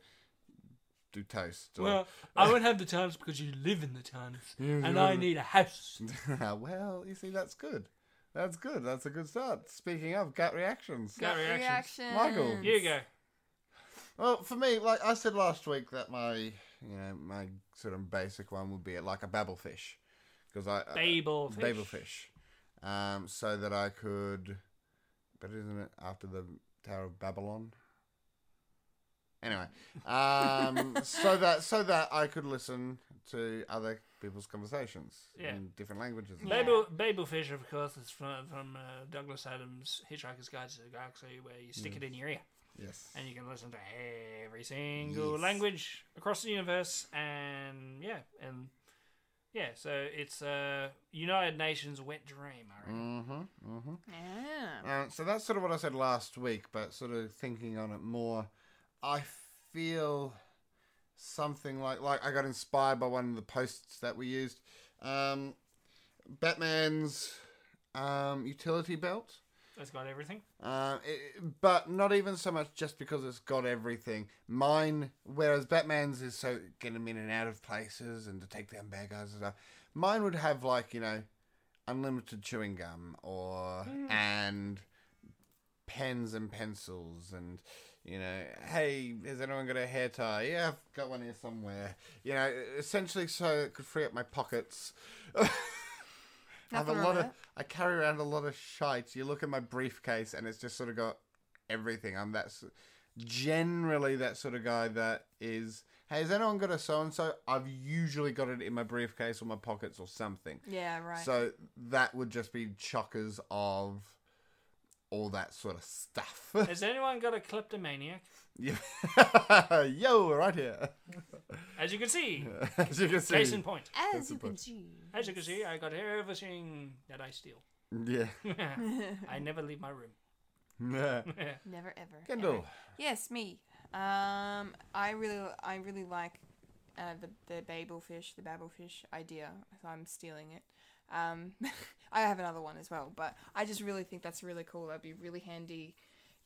Speaker 1: do toast. Or,
Speaker 3: I won't have the times because you live in the times, and I need a house.
Speaker 1: well, you see, that's good. That's good. That's a good start. Speaking of gut reactions.
Speaker 3: Gut reactions.
Speaker 2: reaction.
Speaker 1: Michael.
Speaker 3: Here you go.
Speaker 1: Well, for me, like I said last week, that my you know my sort of basic one would be like a babble fish, because I
Speaker 3: Babel fish.
Speaker 1: Uh, babel fish, um, so that I could. But isn't it after the Tower of Babylon? Anyway, um, so that so that I could listen to other people's conversations
Speaker 3: Yeah.
Speaker 1: in different languages. and
Speaker 2: Yeah.
Speaker 3: Babel, Babel fish, of course, is from, from uh, Douglas Adams' Hitchhiker's Guide to the Galaxy, where you stick it in your ear
Speaker 1: Yes.
Speaker 3: and you can listen to every single
Speaker 1: Yes.
Speaker 3: language across the universe, and yeah, and yeah. So it's uh, United Nations wet dream. I reckon.
Speaker 1: Mhm. Mhm.
Speaker 2: Yeah.
Speaker 1: Uh, so that's sort of what I said last week, but sort of thinking on it more, I feel something like like I got inspired by one of the posts that we used, um, Batman's um, utility belt.
Speaker 3: It's got everything.
Speaker 1: Uh, it, but not even so much just because it's got everything. Mine, whereas Batman's is so get them in and out of places and to take down bad guys and stuff. Mine would have like you know, unlimited chewing gum or
Speaker 2: Mm.
Speaker 1: and pens and pencils and you know, hey, has anyone got a hair tie? Yeah, I've got one here somewhere. You know, essentially, so it could free up my pockets. I have a
Speaker 2: Nothing
Speaker 1: lot
Speaker 2: wrong with
Speaker 1: of. I carry around a lot of shite. You look at my briefcase, and it's just sort of got everything. I'm that. s- Generally, that sort of guy that is. Hey, has anyone got a so and so? I've usually got it in my briefcase or my pockets or something.
Speaker 2: it. Yeah. Right.
Speaker 1: So that would just be chockers of all that sort of stuff.
Speaker 3: Has anyone got a kleptomaniac?
Speaker 1: Yeah. Yo, right here.
Speaker 3: As you can see,
Speaker 1: As you can see.
Speaker 3: case in point.
Speaker 1: That's
Speaker 2: As
Speaker 1: the
Speaker 2: you can
Speaker 1: point.
Speaker 2: see.
Speaker 3: As you can see, I got everything that I steal.
Speaker 1: Yeah.
Speaker 3: I never leave my room.
Speaker 1: Yeah.
Speaker 2: Never ever. ever.
Speaker 1: Kendall.
Speaker 2: Yes, me. Um, I really, I really like uh, the the babel fish, the babel fish idea. So I'm stealing it. Um, I have another one as well, but I just really think that's really cool. That'd be really handy,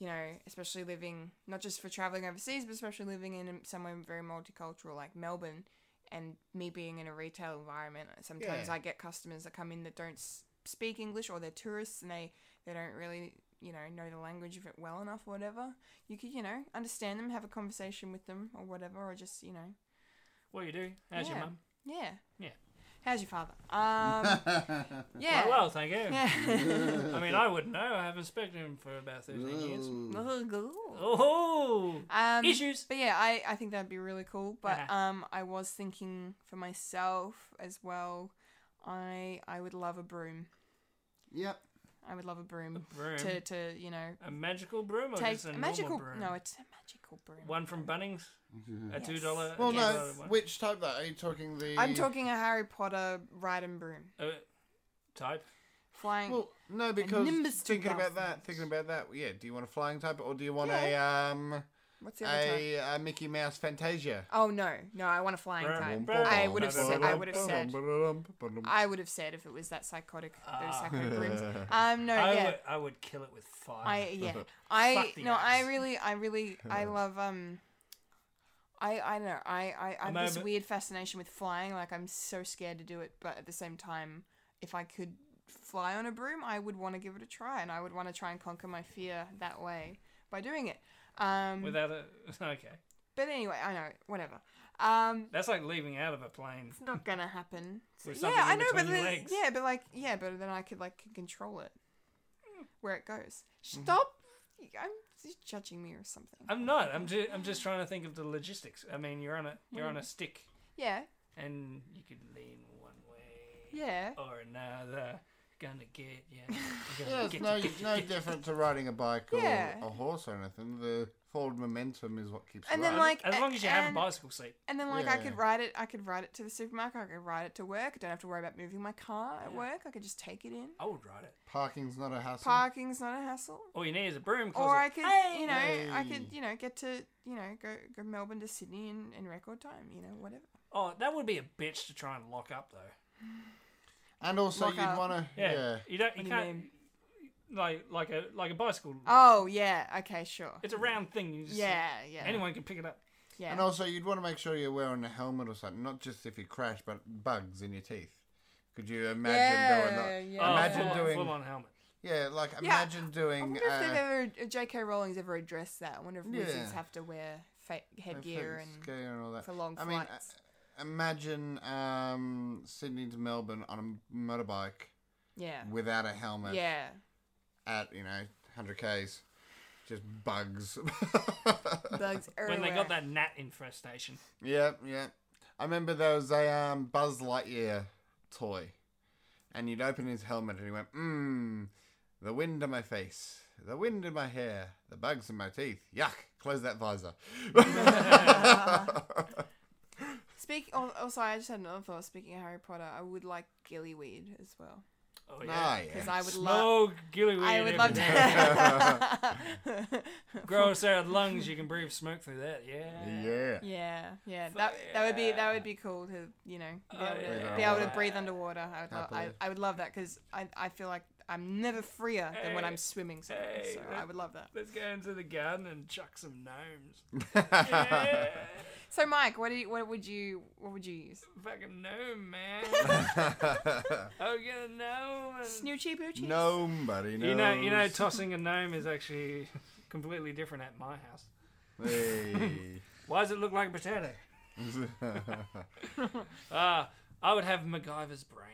Speaker 2: you know, especially living not just for traveling overseas, but especially living in somewhere very multicultural like Melbourne. And me being in a retail environment, sometimes
Speaker 1: Yeah.
Speaker 2: I get customers that come in that don't s- speak English or they're tourists and they they don't really you know know the language of it well enough or whatever you could you know understand them have a conversation with them or whatever or just you know
Speaker 3: What you do? How's your
Speaker 2: Yeah.
Speaker 3: mum?
Speaker 2: yeah
Speaker 3: Yeah.
Speaker 2: how's your father um yeah
Speaker 3: Quite well, thank you.
Speaker 2: yeah
Speaker 3: I mean, I wouldn't know. I haven't spoken to him for about 13 years. Oh,
Speaker 2: um
Speaker 3: issues.
Speaker 2: but yeah i i think that'd be really cool but
Speaker 3: Uh-huh.
Speaker 2: um i was thinking for myself as well i i would love a broom
Speaker 1: Yep.
Speaker 2: i would love a broom
Speaker 3: Broom.
Speaker 2: to to you know
Speaker 3: A magical broom or
Speaker 2: take
Speaker 3: just a,
Speaker 2: a magical
Speaker 3: normal broom?
Speaker 2: no it's a magical broom
Speaker 3: One from Bunnings? A
Speaker 2: Yes.
Speaker 3: $2? dollar-
Speaker 1: Well,
Speaker 3: $2
Speaker 1: no.
Speaker 3: one?
Speaker 1: Which type that? Are you talking the?
Speaker 2: i'm talking a harry potter ride and broom
Speaker 3: Uh, type?
Speaker 2: flying
Speaker 1: Well, no, because
Speaker 2: Nimbus
Speaker 1: thinking about
Speaker 2: 2000.
Speaker 1: that, thinking about that, yeah. Do you want a flying type, or do you want a um
Speaker 2: what's the other type?
Speaker 1: a, a Mickey Mouse Fantasia?
Speaker 2: Oh no, no, I want a flying type.
Speaker 3: Brum,
Speaker 2: I would have said. I
Speaker 3: brum,
Speaker 2: would have said. I would have said if it was that psychotic, those
Speaker 3: Ah.
Speaker 2: psychotic rooms. Um, no,
Speaker 3: I,
Speaker 2: yeah,
Speaker 3: would, I would kill it with fire.
Speaker 2: I yeah, I
Speaker 3: Fuck the
Speaker 2: no, I
Speaker 3: axe.
Speaker 2: really, I really, I love um. I, I don't know I, I, I have
Speaker 3: I'm
Speaker 2: this
Speaker 3: over-
Speaker 2: weird fascination with flying like I'm so scared to do it but at the same time if I could fly on a broom I would want to give it a try and I would want to try and conquer my fear that way by doing it um
Speaker 3: Without a. Okay.
Speaker 2: but anyway I know whatever um
Speaker 3: That's like leaving out of a plane.
Speaker 2: It's not gonna happen. So-
Speaker 3: With
Speaker 2: yeah,
Speaker 3: something
Speaker 2: I
Speaker 3: in
Speaker 2: know, but
Speaker 3: between your
Speaker 2: then,
Speaker 3: legs.
Speaker 2: yeah, but like, yeah, but then I could like control it where it goes.
Speaker 3: Mm-hmm.
Speaker 2: Stop! I'm you're judging me or something.
Speaker 3: I'm not. I'm just. I'm just trying to think of the logistics. I mean, you're on a. You're
Speaker 2: Mm.
Speaker 3: on a stick,
Speaker 2: yeah,
Speaker 3: and you could lean one way
Speaker 2: yeah.
Speaker 3: or another. Gonna get you. Gonna
Speaker 1: Yeah, it's
Speaker 3: get
Speaker 1: no,
Speaker 3: you, get you,
Speaker 1: no
Speaker 3: get you.
Speaker 1: different to riding a bike or
Speaker 2: Yeah.
Speaker 1: a horse or anything. The forward momentum is what keeps.
Speaker 2: And
Speaker 1: you
Speaker 2: then,
Speaker 1: up.
Speaker 2: like,
Speaker 3: as long as you have a
Speaker 2: and-
Speaker 3: bicycle seat.
Speaker 2: And then like I could
Speaker 1: Yeah.
Speaker 2: ride it. I could ride it to the supermarket. I could ride it to work. I don't have to worry about moving my car at work. I could just take it in.
Speaker 3: I would ride it.
Speaker 1: parking's not a hassle.
Speaker 2: Parking's not a hassle.
Speaker 3: All you need is a broom closet.
Speaker 2: Or I could, you know, I
Speaker 1: Hey.
Speaker 2: could, you know, get to, you know, go go Melbourne to Sydney in, in record time. You know, whatever.
Speaker 3: Oh, that would be a bitch to try and lock up though.
Speaker 1: and also,
Speaker 2: Lock
Speaker 1: you'd
Speaker 2: up.
Speaker 1: want to.
Speaker 3: Yeah.
Speaker 1: Yeah.
Speaker 3: You
Speaker 2: What
Speaker 3: don't. You
Speaker 2: do you
Speaker 3: can't. Like like a like a bicycle.
Speaker 2: Oh yeah. Okay. Sure.
Speaker 3: It's a round thing. You just,
Speaker 2: Yeah. Yeah.
Speaker 3: Anyone can pick it up.
Speaker 2: Yeah.
Speaker 1: And also, you'd want to make sure you're wearing a helmet or something, not just if you crash, but bugs in your teeth. Could you imagine
Speaker 2: Yeah,
Speaker 1: doing that?
Speaker 2: yeah.
Speaker 1: Imagine
Speaker 3: oh, full,
Speaker 1: doing.
Speaker 3: full on helmet.
Speaker 1: Yeah, like
Speaker 2: Yeah,
Speaker 1: imagine
Speaker 2: I
Speaker 1: doing.
Speaker 2: wonder if they've
Speaker 1: uh,
Speaker 2: ever, if J.K. Rowling's ever addressed that. I wonder if
Speaker 1: Yeah.
Speaker 2: wizards have to wear fa- headgear
Speaker 1: Fitz
Speaker 2: and
Speaker 1: gear and all that.
Speaker 2: for long
Speaker 1: I mean,
Speaker 2: flights.
Speaker 1: uh, imagine um, Sydney to Melbourne on a motorbike
Speaker 2: yeah,
Speaker 1: without a helmet
Speaker 2: yeah.
Speaker 1: at you know 100 k's, just bugs.
Speaker 2: Bugs everywhere.
Speaker 3: When they got that gnat infestation.
Speaker 1: yeah, yeah. I remember there was a um, Buzz Lightyear toy, and you'd open his helmet and he went, mmm, the wind in my face, the wind in my hair, the bugs in my teeth. Yuck! Close that visor.
Speaker 2: Speak. al- Also, I just had another thought. Speaking of Harry Potter, I would like gillyweed as well
Speaker 3: Oh
Speaker 1: Ah,
Speaker 3: yeah.
Speaker 1: yeah.
Speaker 2: because I would love.
Speaker 3: Smoke gillyweed.
Speaker 2: I would love
Speaker 3: every day.
Speaker 2: to.
Speaker 3: Grow a set of lungs, you can breathe smoke through that. Yeah.
Speaker 1: Yeah.
Speaker 2: yeah, yeah. That that would be that would be cool to you know be
Speaker 3: Oh,
Speaker 2: able to,
Speaker 1: yeah.
Speaker 2: be able to breathe underwater. I would lo- I,
Speaker 1: Happily.
Speaker 2: I would love that because I I feel like I'm never freer than when
Speaker 3: Hey,
Speaker 2: I'm swimming. somewhere,
Speaker 3: hey,
Speaker 2: so I
Speaker 3: that-
Speaker 2: would love that.
Speaker 3: Let's go into the garden and chuck some gnomes. Yeah.
Speaker 2: So, Mike, what do you, what would you what would you use?
Speaker 3: Fucking gnome, man. Oh, get a gnome. and-
Speaker 2: Um, Snoochie boochie.
Speaker 1: Nobody knows.
Speaker 3: You know, you know, tossing a gnome is actually completely different at my house.
Speaker 1: Hey.
Speaker 3: Why does it look like a potato? Ah, I would have MacGyver's brain.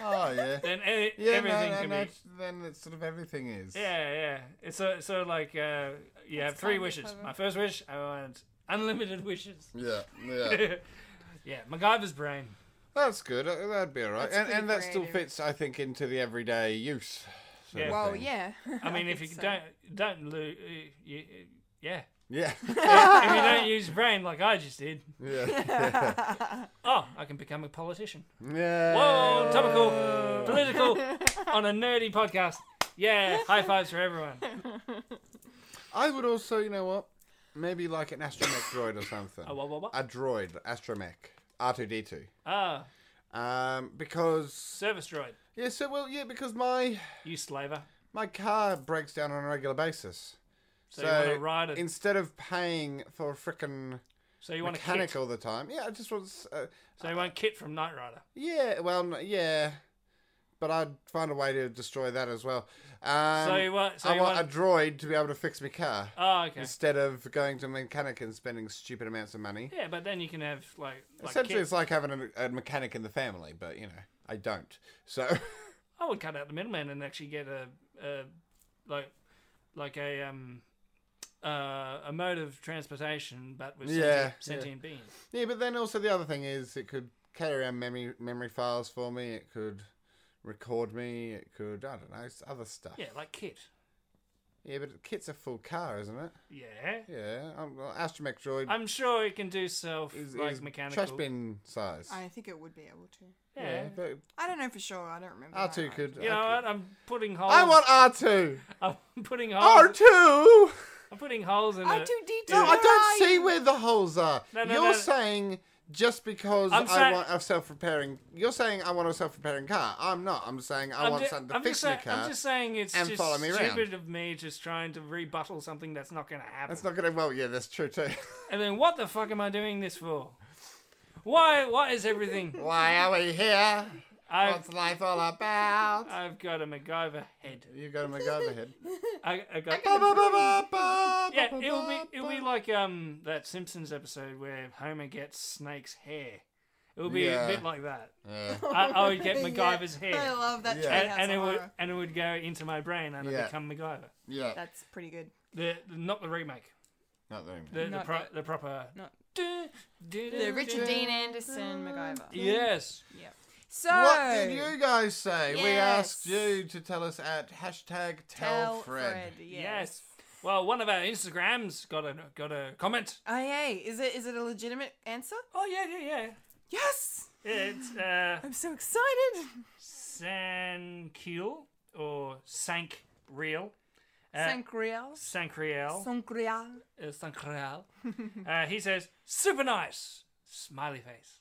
Speaker 1: oh yeah.
Speaker 3: Then e-
Speaker 1: Yeah,
Speaker 3: everything
Speaker 1: no, no,
Speaker 3: can
Speaker 1: no,
Speaker 3: be.
Speaker 1: Then it's sort of everything is.
Speaker 3: Yeah, yeah. It's so, so like, uh, you have three
Speaker 2: kinda
Speaker 3: wishes.
Speaker 2: clever.
Speaker 3: My first wish, I want unlimited wishes.
Speaker 1: Yeah. Yeah.
Speaker 3: yeah, MacGyver's brain.
Speaker 1: that's good. uh, That'd be alright.
Speaker 2: That's
Speaker 1: And,
Speaker 2: pretty
Speaker 1: and that still
Speaker 2: creative.
Speaker 1: fits, I think, into the everyday use. sort of
Speaker 3: Yeah.
Speaker 2: Well,
Speaker 1: thing.
Speaker 2: yeah.
Speaker 3: I mean, if you
Speaker 2: think so.
Speaker 3: don't don't lose, you, uh, yeah.
Speaker 1: Yeah.
Speaker 3: if you don't use your brain like I just did,
Speaker 1: yeah.
Speaker 3: oh, I can become a politician.
Speaker 1: yeah.
Speaker 3: Whoa, topical, political, on a nerdy podcast. Yeah, high fives for everyone.
Speaker 1: I would also, you know what? Maybe like an astromech droid or something.
Speaker 3: A what, what, what?
Speaker 1: A droid, astromech, R two D two.
Speaker 3: Ah,
Speaker 1: Um, because
Speaker 3: service droid.
Speaker 1: yeah, so well, yeah, because my
Speaker 3: You slaver.
Speaker 1: my car breaks down on a regular basis.
Speaker 3: So, you want to ride a
Speaker 1: instead of paying for a frickin'
Speaker 3: So you want a
Speaker 1: mechanic
Speaker 3: kit.
Speaker 1: all the time, yeah, I just want. s- Uh,
Speaker 3: So you want kit from Knight Rider.
Speaker 1: yeah, well, n- yeah, but I'd find a way to destroy that as well. Um,
Speaker 3: so you want. So
Speaker 1: I
Speaker 3: you
Speaker 1: want, a
Speaker 3: want.
Speaker 1: droid to be able to fix my car
Speaker 3: oh, okay.
Speaker 1: instead of going to a mechanic and spending stupid amounts of money.
Speaker 3: Yeah, but then you can have like. like
Speaker 1: Essentially,
Speaker 3: kit.
Speaker 1: it's like having a, a mechanic in the family, but you know, I don't. So
Speaker 3: I would cut out the middleman and actually get a, a like like a um uh, a mode of transportation, but with sentient,
Speaker 1: Yeah, yeah.
Speaker 3: sentient beings.
Speaker 1: yeah, but then also the other thing is, it could carry around memory memory files for me. It could record me. It could I don't know it's other stuff.
Speaker 3: Yeah, like Kit.
Speaker 1: Yeah, but Kit's a full car, isn't it?
Speaker 3: Yeah,
Speaker 1: Yeah, um, well, Astromech droid
Speaker 3: I'm sure it can do self
Speaker 1: is,
Speaker 3: like
Speaker 1: is
Speaker 3: mechanical.
Speaker 1: trash bin size.
Speaker 2: I think it would be able to.
Speaker 3: Yeah.
Speaker 1: but
Speaker 2: I don't know for sure. I don't remember.
Speaker 1: R
Speaker 2: that
Speaker 1: two
Speaker 2: much.
Speaker 1: could.
Speaker 3: You know
Speaker 1: I,
Speaker 3: what? Oh.
Speaker 1: could-
Speaker 3: I'm putting holes.
Speaker 1: I want R two.
Speaker 3: I'm putting holes.
Speaker 1: R two.
Speaker 3: I'm putting holes in
Speaker 2: R
Speaker 3: it.
Speaker 2: two D two.
Speaker 1: No, I don't see where the holes are.
Speaker 3: No, no,
Speaker 1: you're
Speaker 3: no.
Speaker 1: saying just because
Speaker 3: I'm
Speaker 1: i
Speaker 3: saying-
Speaker 1: want a self-repairing, you're saying I want a self-repairing car. I'm not. I'm saying I
Speaker 3: I'm,
Speaker 1: want
Speaker 3: ju-
Speaker 1: something to
Speaker 3: I'm
Speaker 1: fix
Speaker 3: just
Speaker 1: my
Speaker 3: say- I'm
Speaker 1: car.
Speaker 3: just saying it's
Speaker 1: and
Speaker 3: just
Speaker 1: follow me around.
Speaker 3: stupid of me just trying to rebuttal something that's not going to happen.
Speaker 1: That's not gonna. Well, yeah, that's true too.
Speaker 3: And then what the fuck am I doing this for? Why? Why is everything?
Speaker 1: Why are we here?
Speaker 3: I've,
Speaker 1: What's life all about?
Speaker 3: I've got a MacGyver head.
Speaker 1: You got a MacGyver head.
Speaker 3: I, I got.
Speaker 1: Ba, ba, ba, ba, ba,
Speaker 3: yeah,
Speaker 1: ba, ba,
Speaker 3: it'll be it'll be
Speaker 1: ba.
Speaker 3: like um that Simpsons episode where Homer gets Snake's hair. It'll be
Speaker 1: Yeah.
Speaker 3: a bit like that.
Speaker 1: Yeah.
Speaker 3: I, I would get MacGyver's
Speaker 2: Yeah, I
Speaker 3: hair,
Speaker 2: love that.
Speaker 1: Yeah.
Speaker 3: and,
Speaker 2: Treehouse
Speaker 3: and it
Speaker 2: of
Speaker 3: would
Speaker 2: Horror.
Speaker 3: and it would go into my brain and
Speaker 1: Yeah.
Speaker 3: I'd become MacGyver.
Speaker 1: Yeah.
Speaker 2: That's pretty good.
Speaker 3: The, the- not the remake,
Speaker 1: Not very much.
Speaker 3: the the,
Speaker 2: Not
Speaker 3: pro,
Speaker 2: the-
Speaker 3: the proper.
Speaker 2: not-
Speaker 3: Du- du-
Speaker 2: The
Speaker 3: du-
Speaker 2: Richard
Speaker 3: du-
Speaker 2: Dean Anderson MacGyver.
Speaker 3: Yes.
Speaker 2: Yep. So
Speaker 1: What did you guys say? We asked
Speaker 2: Yes.
Speaker 1: you to tell us at hashtag tell,
Speaker 2: tell
Speaker 1: Fred.
Speaker 2: Fred? Yes.
Speaker 3: Yes. Well, one of our Instagrams got a got a comment.
Speaker 2: Oh, yay. Is it is it a legitimate answer?
Speaker 3: Oh yeah, yeah, yeah.
Speaker 2: Yes.
Speaker 3: It's uh,
Speaker 2: I'm so excited.
Speaker 3: Sankeel or Sank Real. Uh,
Speaker 2: Sankrial.
Speaker 3: Sankriel.
Speaker 2: Sankrial.
Speaker 3: uh, Sankriel. uh, he says, super nice. Smiley face.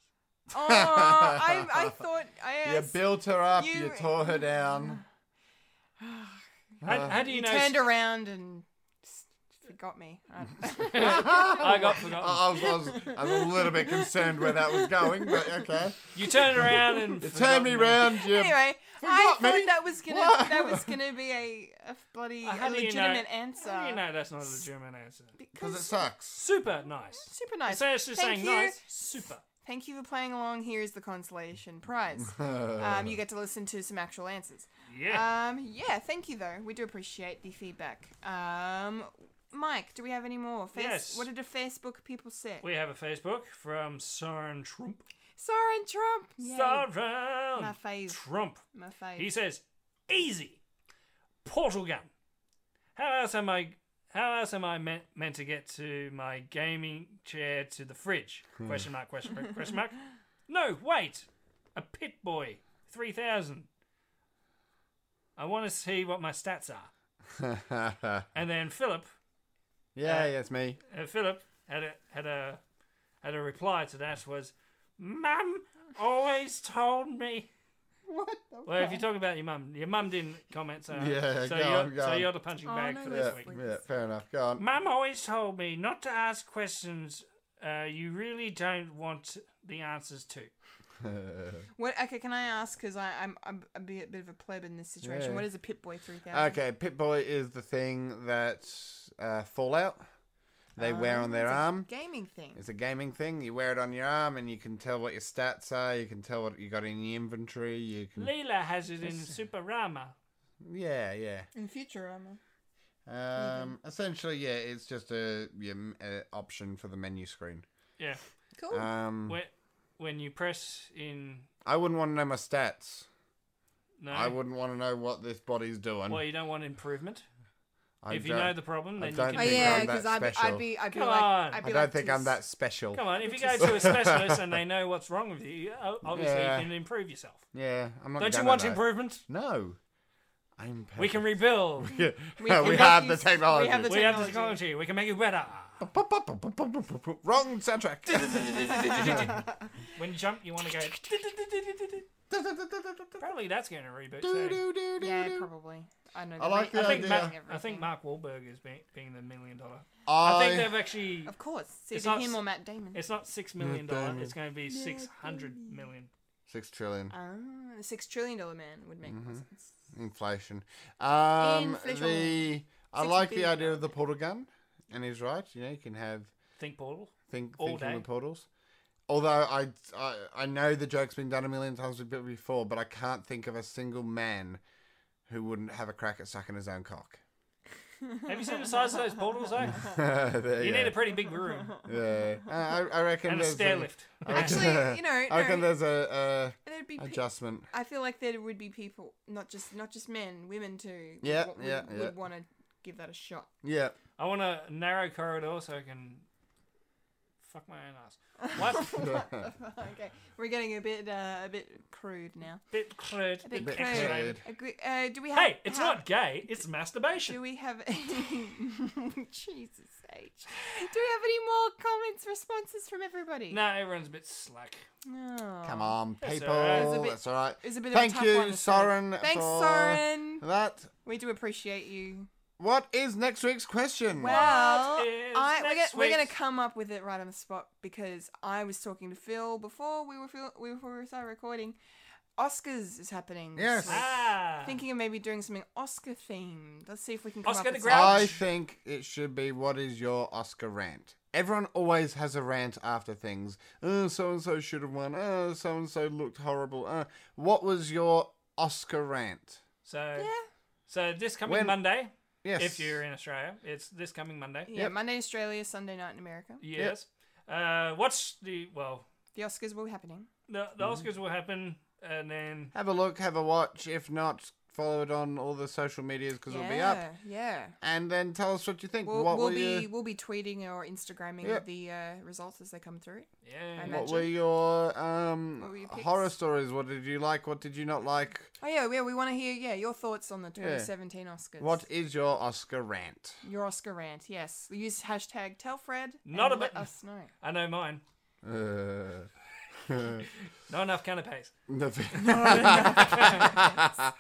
Speaker 2: Oh, I, I thought I
Speaker 1: You
Speaker 2: asked-
Speaker 1: built her up, you,
Speaker 2: You-
Speaker 1: tore her down.
Speaker 3: How,
Speaker 1: Uh,
Speaker 3: how do you,
Speaker 2: you
Speaker 3: know?
Speaker 2: turned around and s- forgot me. I-
Speaker 3: I got forgotten.
Speaker 1: I was, I was, I was a little bit concerned where that was going, but okay.
Speaker 3: You turned around and.
Speaker 1: You turn me
Speaker 3: forgotten
Speaker 1: round, you.
Speaker 2: anyway, I
Speaker 1: Forgot
Speaker 2: thought
Speaker 1: me?
Speaker 2: that was gonna
Speaker 1: What?
Speaker 2: that was gonna be a, a bloody
Speaker 3: Uh, how
Speaker 2: a
Speaker 3: do you know-
Speaker 2: legitimate answer.
Speaker 3: How do you know that's not a legitimate answer?
Speaker 1: Because it
Speaker 2: Because
Speaker 1: sucks.
Speaker 3: Super nice.
Speaker 2: super nice.
Speaker 3: So it's just
Speaker 2: Thank
Speaker 3: saying
Speaker 2: you.
Speaker 3: nice, super.
Speaker 2: Thank you for playing along. Here is the consolation prize. um, you get to listen to some actual answers.
Speaker 3: Uh. Yeah.
Speaker 2: Um, yeah, thank you though. We do appreciate the feedback. Um, Mike, do we have any more? Face-
Speaker 3: Yes.
Speaker 2: What did the Facebook people say?
Speaker 3: we have a Facebook from Soren Trump.
Speaker 2: Soren Trump. Yay.
Speaker 3: Soren
Speaker 2: My fave.
Speaker 3: Trump.
Speaker 2: My fave.
Speaker 3: He says, "Easy, portal gun. How else am I? How else am I meant, meant to get to my gaming chair to the fridge? Question mark? Question mark? Question mark? No, wait. A pit boy, three thousand. I want to see what my stats are.
Speaker 1: yeah,
Speaker 3: And then Philip,
Speaker 1: yeah, it's me.
Speaker 3: uh, Philip had a had a had a reply to that was, "Mum always told me."
Speaker 1: What?
Speaker 3: Well, if you talk about your mum, your mum didn't comment, so
Speaker 1: Yeah,
Speaker 3: so,
Speaker 1: go
Speaker 3: you're,
Speaker 1: on, go
Speaker 3: so
Speaker 1: on.
Speaker 3: you're the punching
Speaker 2: Oh,
Speaker 3: bag
Speaker 2: no,
Speaker 3: for
Speaker 1: Yeah,
Speaker 3: this
Speaker 2: that's
Speaker 3: week.
Speaker 1: yeah, fair enough. Go on.
Speaker 3: Mum always told me not to ask questions uh, you really don't want the answers to. Hmm.
Speaker 2: What? Okay, can I ask? Because I'm I'm a bit, bit of a pleb in this situation.
Speaker 1: Yeah.
Speaker 2: What is a pit boy three thousand?
Speaker 1: okay, Pit Boy is the thing that uh, Fallout
Speaker 2: Oh,
Speaker 1: they wear on their arm.
Speaker 2: Gaming thing.
Speaker 1: It's a gaming thing. You wear it on your arm, and you can tell what your stats are. You can tell what you got in your inventory. You can,
Speaker 3: Leela has it in Super Rama.
Speaker 1: yeah, yeah.
Speaker 2: In future armor.
Speaker 1: Um, essentially, yeah, it's just a, yeah, m- a option for the menu screen.
Speaker 3: Yeah,
Speaker 2: Cool.
Speaker 1: Um,
Speaker 3: when, when you press in,
Speaker 1: I wouldn't want to know my stats.
Speaker 3: no,
Speaker 1: I wouldn't want to know what this body's doing.
Speaker 3: well, you don't want improvement.
Speaker 1: I
Speaker 3: if you
Speaker 1: don't-
Speaker 3: know the problem,
Speaker 1: I
Speaker 3: then you
Speaker 1: don't
Speaker 3: can.
Speaker 2: oh
Speaker 1: think
Speaker 2: yeah,
Speaker 1: I'm that
Speaker 2: because I'd, be-
Speaker 1: special.
Speaker 2: I'd be I'd be
Speaker 3: Come
Speaker 2: like I'd
Speaker 3: on.
Speaker 1: I
Speaker 2: be
Speaker 1: don't
Speaker 2: like
Speaker 1: think
Speaker 2: to
Speaker 1: I'm
Speaker 2: s-
Speaker 1: that special.
Speaker 3: Come on, if you go to a specialist and they know what's wrong with you, o- obviously
Speaker 1: Yeah.
Speaker 3: you can improve yourself.
Speaker 1: Yeah, I'm not.
Speaker 3: Don't you
Speaker 1: gonna
Speaker 3: want
Speaker 1: though.
Speaker 3: improvement?
Speaker 1: No, I'm.
Speaker 3: We can rebuild.
Speaker 1: perfect.
Speaker 2: We
Speaker 1: we,
Speaker 2: can
Speaker 1: have the
Speaker 2: use- we
Speaker 1: technology.
Speaker 2: have the
Speaker 3: we have the
Speaker 2: technology.
Speaker 3: technology. We can make it better.
Speaker 1: Wrong soundtrack.
Speaker 3: When you jump, you want to go. Probably that's going to reboot. soon.
Speaker 2: yeah, probably. I know.
Speaker 1: I like
Speaker 2: the
Speaker 1: the
Speaker 3: I think,
Speaker 1: idea.
Speaker 3: Mark,
Speaker 2: everything.
Speaker 3: I think Mark Wahlberg is being, being the million dollar. I think
Speaker 1: I
Speaker 3: they've actually.
Speaker 2: Of course, it's
Speaker 3: It's
Speaker 2: either
Speaker 3: not
Speaker 2: him
Speaker 3: s-
Speaker 2: or Matt Damon.
Speaker 3: It's not six million dollar.
Speaker 1: Damon.
Speaker 3: It's going to be six hundred million.
Speaker 1: six trillion
Speaker 2: Ah, the six trillion dollar man would make
Speaker 1: Mm-hmm.
Speaker 2: more sense.
Speaker 1: inflation. Um,
Speaker 2: Inflation.
Speaker 1: the I
Speaker 2: Six
Speaker 1: like the
Speaker 2: billion.
Speaker 1: idea of the portal gun, and he's right. You know, you can have
Speaker 3: Think portal.
Speaker 1: think
Speaker 3: All
Speaker 1: thinking
Speaker 3: day.
Speaker 1: with portals. Although I, I I know the joke's been done a million times before, but I can't think of a single man who wouldn't have a crack at sucking his own cock.
Speaker 3: Have you seen the size of those portals though?
Speaker 1: There
Speaker 3: You need
Speaker 1: go.
Speaker 3: a pretty big room
Speaker 1: Yeah, I, I reckon
Speaker 3: and a
Speaker 1: there's
Speaker 3: stair lift.
Speaker 1: I reckon-
Speaker 2: Actually, you know,
Speaker 1: I reckon
Speaker 2: no,
Speaker 1: there's a,
Speaker 2: there'd be
Speaker 1: a
Speaker 2: pe-
Speaker 1: adjustment.
Speaker 2: I feel like there would be people, not just not just men, women too. would
Speaker 1: Yeah,
Speaker 2: wa- would,
Speaker 1: yeah, yeah.
Speaker 2: Would want to give that a shot.
Speaker 1: Yeah,
Speaker 3: I want a narrow corridor so I can fuck my own ass. What?
Speaker 2: okay, we're getting a bit uh, a bit crude now.
Speaker 3: bit crude.
Speaker 2: A bit,
Speaker 1: bit
Speaker 2: crude.
Speaker 1: crude.
Speaker 2: Agree- uh, do we have?
Speaker 3: Hey, it's
Speaker 2: how-
Speaker 3: not gay. It's masturbation.
Speaker 2: Do we have Jesus H? Do we have any more comments, responses from everybody?
Speaker 3: Nah, everyone's a bit slack.
Speaker 2: No.
Speaker 1: come on,
Speaker 3: That's
Speaker 1: people.
Speaker 3: all right.
Speaker 1: That's
Speaker 3: It's
Speaker 1: all
Speaker 2: a
Speaker 1: right.
Speaker 2: bit- It's a bit of a
Speaker 1: Thank
Speaker 2: tough one
Speaker 1: you,
Speaker 2: to say.
Speaker 1: Soren.
Speaker 2: Thanks,
Speaker 1: for
Speaker 2: Soren.
Speaker 1: That.
Speaker 2: We do appreciate you.
Speaker 1: What is next week's question?
Speaker 2: Well,
Speaker 3: is
Speaker 2: I, we're, gonna,
Speaker 3: next
Speaker 2: we're gonna
Speaker 3: week's-
Speaker 2: come up with it right on the spot because I was talking to Phil before we were Phil, we were started recording. Oscars is happening. this
Speaker 1: Yes.
Speaker 2: week.
Speaker 3: Ah.
Speaker 2: Thinking of maybe doing something Oscar themed. Let's see if we can come
Speaker 3: Oscar
Speaker 2: up
Speaker 3: the
Speaker 2: with
Speaker 3: Grouch.
Speaker 1: I think it should be what is your Oscar rant? Everyone always has a rant after things. Oh, so and so should have won. Oh, so and so looked horrible. Uh, what was your Oscar rant?
Speaker 3: So,
Speaker 2: something.
Speaker 3: so this coming
Speaker 1: When-
Speaker 3: Monday,
Speaker 1: Yes.
Speaker 3: if you're in Australia, it's this coming Monday.
Speaker 2: Yeah, yeah.
Speaker 1: Yep.
Speaker 2: Monday Australia, Sunday night in America.
Speaker 3: Yes. Uh, what's the well?
Speaker 2: The Oscars will be happening.
Speaker 3: The,
Speaker 1: Mm-hmm.
Speaker 3: the Oscars will happen, and then
Speaker 1: Have a look, have a watch. If not, follow it on all the social medias because
Speaker 2: yeah,
Speaker 1: it'll be up.
Speaker 2: Yeah.
Speaker 1: And then tell us what you think.
Speaker 2: We'll,
Speaker 1: what
Speaker 2: we'll
Speaker 1: were
Speaker 2: be
Speaker 1: your,
Speaker 2: we'll be tweeting or Instagramming
Speaker 1: Yep.
Speaker 2: the uh, results as they come through.
Speaker 3: yeah.
Speaker 2: I'm
Speaker 1: what
Speaker 2: imagine.
Speaker 1: were your um
Speaker 2: What were your picks?
Speaker 1: horror stories? What did you like? What did you not like?
Speaker 2: Oh yeah, yeah. We want to hear yeah your thoughts on the 2017 Oscars.
Speaker 1: What is your Oscar rant?
Speaker 2: Your Oscar rant, yes. Use hashtag TellFred.
Speaker 3: Not a
Speaker 2: and let
Speaker 3: button.
Speaker 2: us know.
Speaker 3: I know mine.
Speaker 1: Uh,
Speaker 3: Not enough canapes.
Speaker 1: nothing.
Speaker 2: Uh,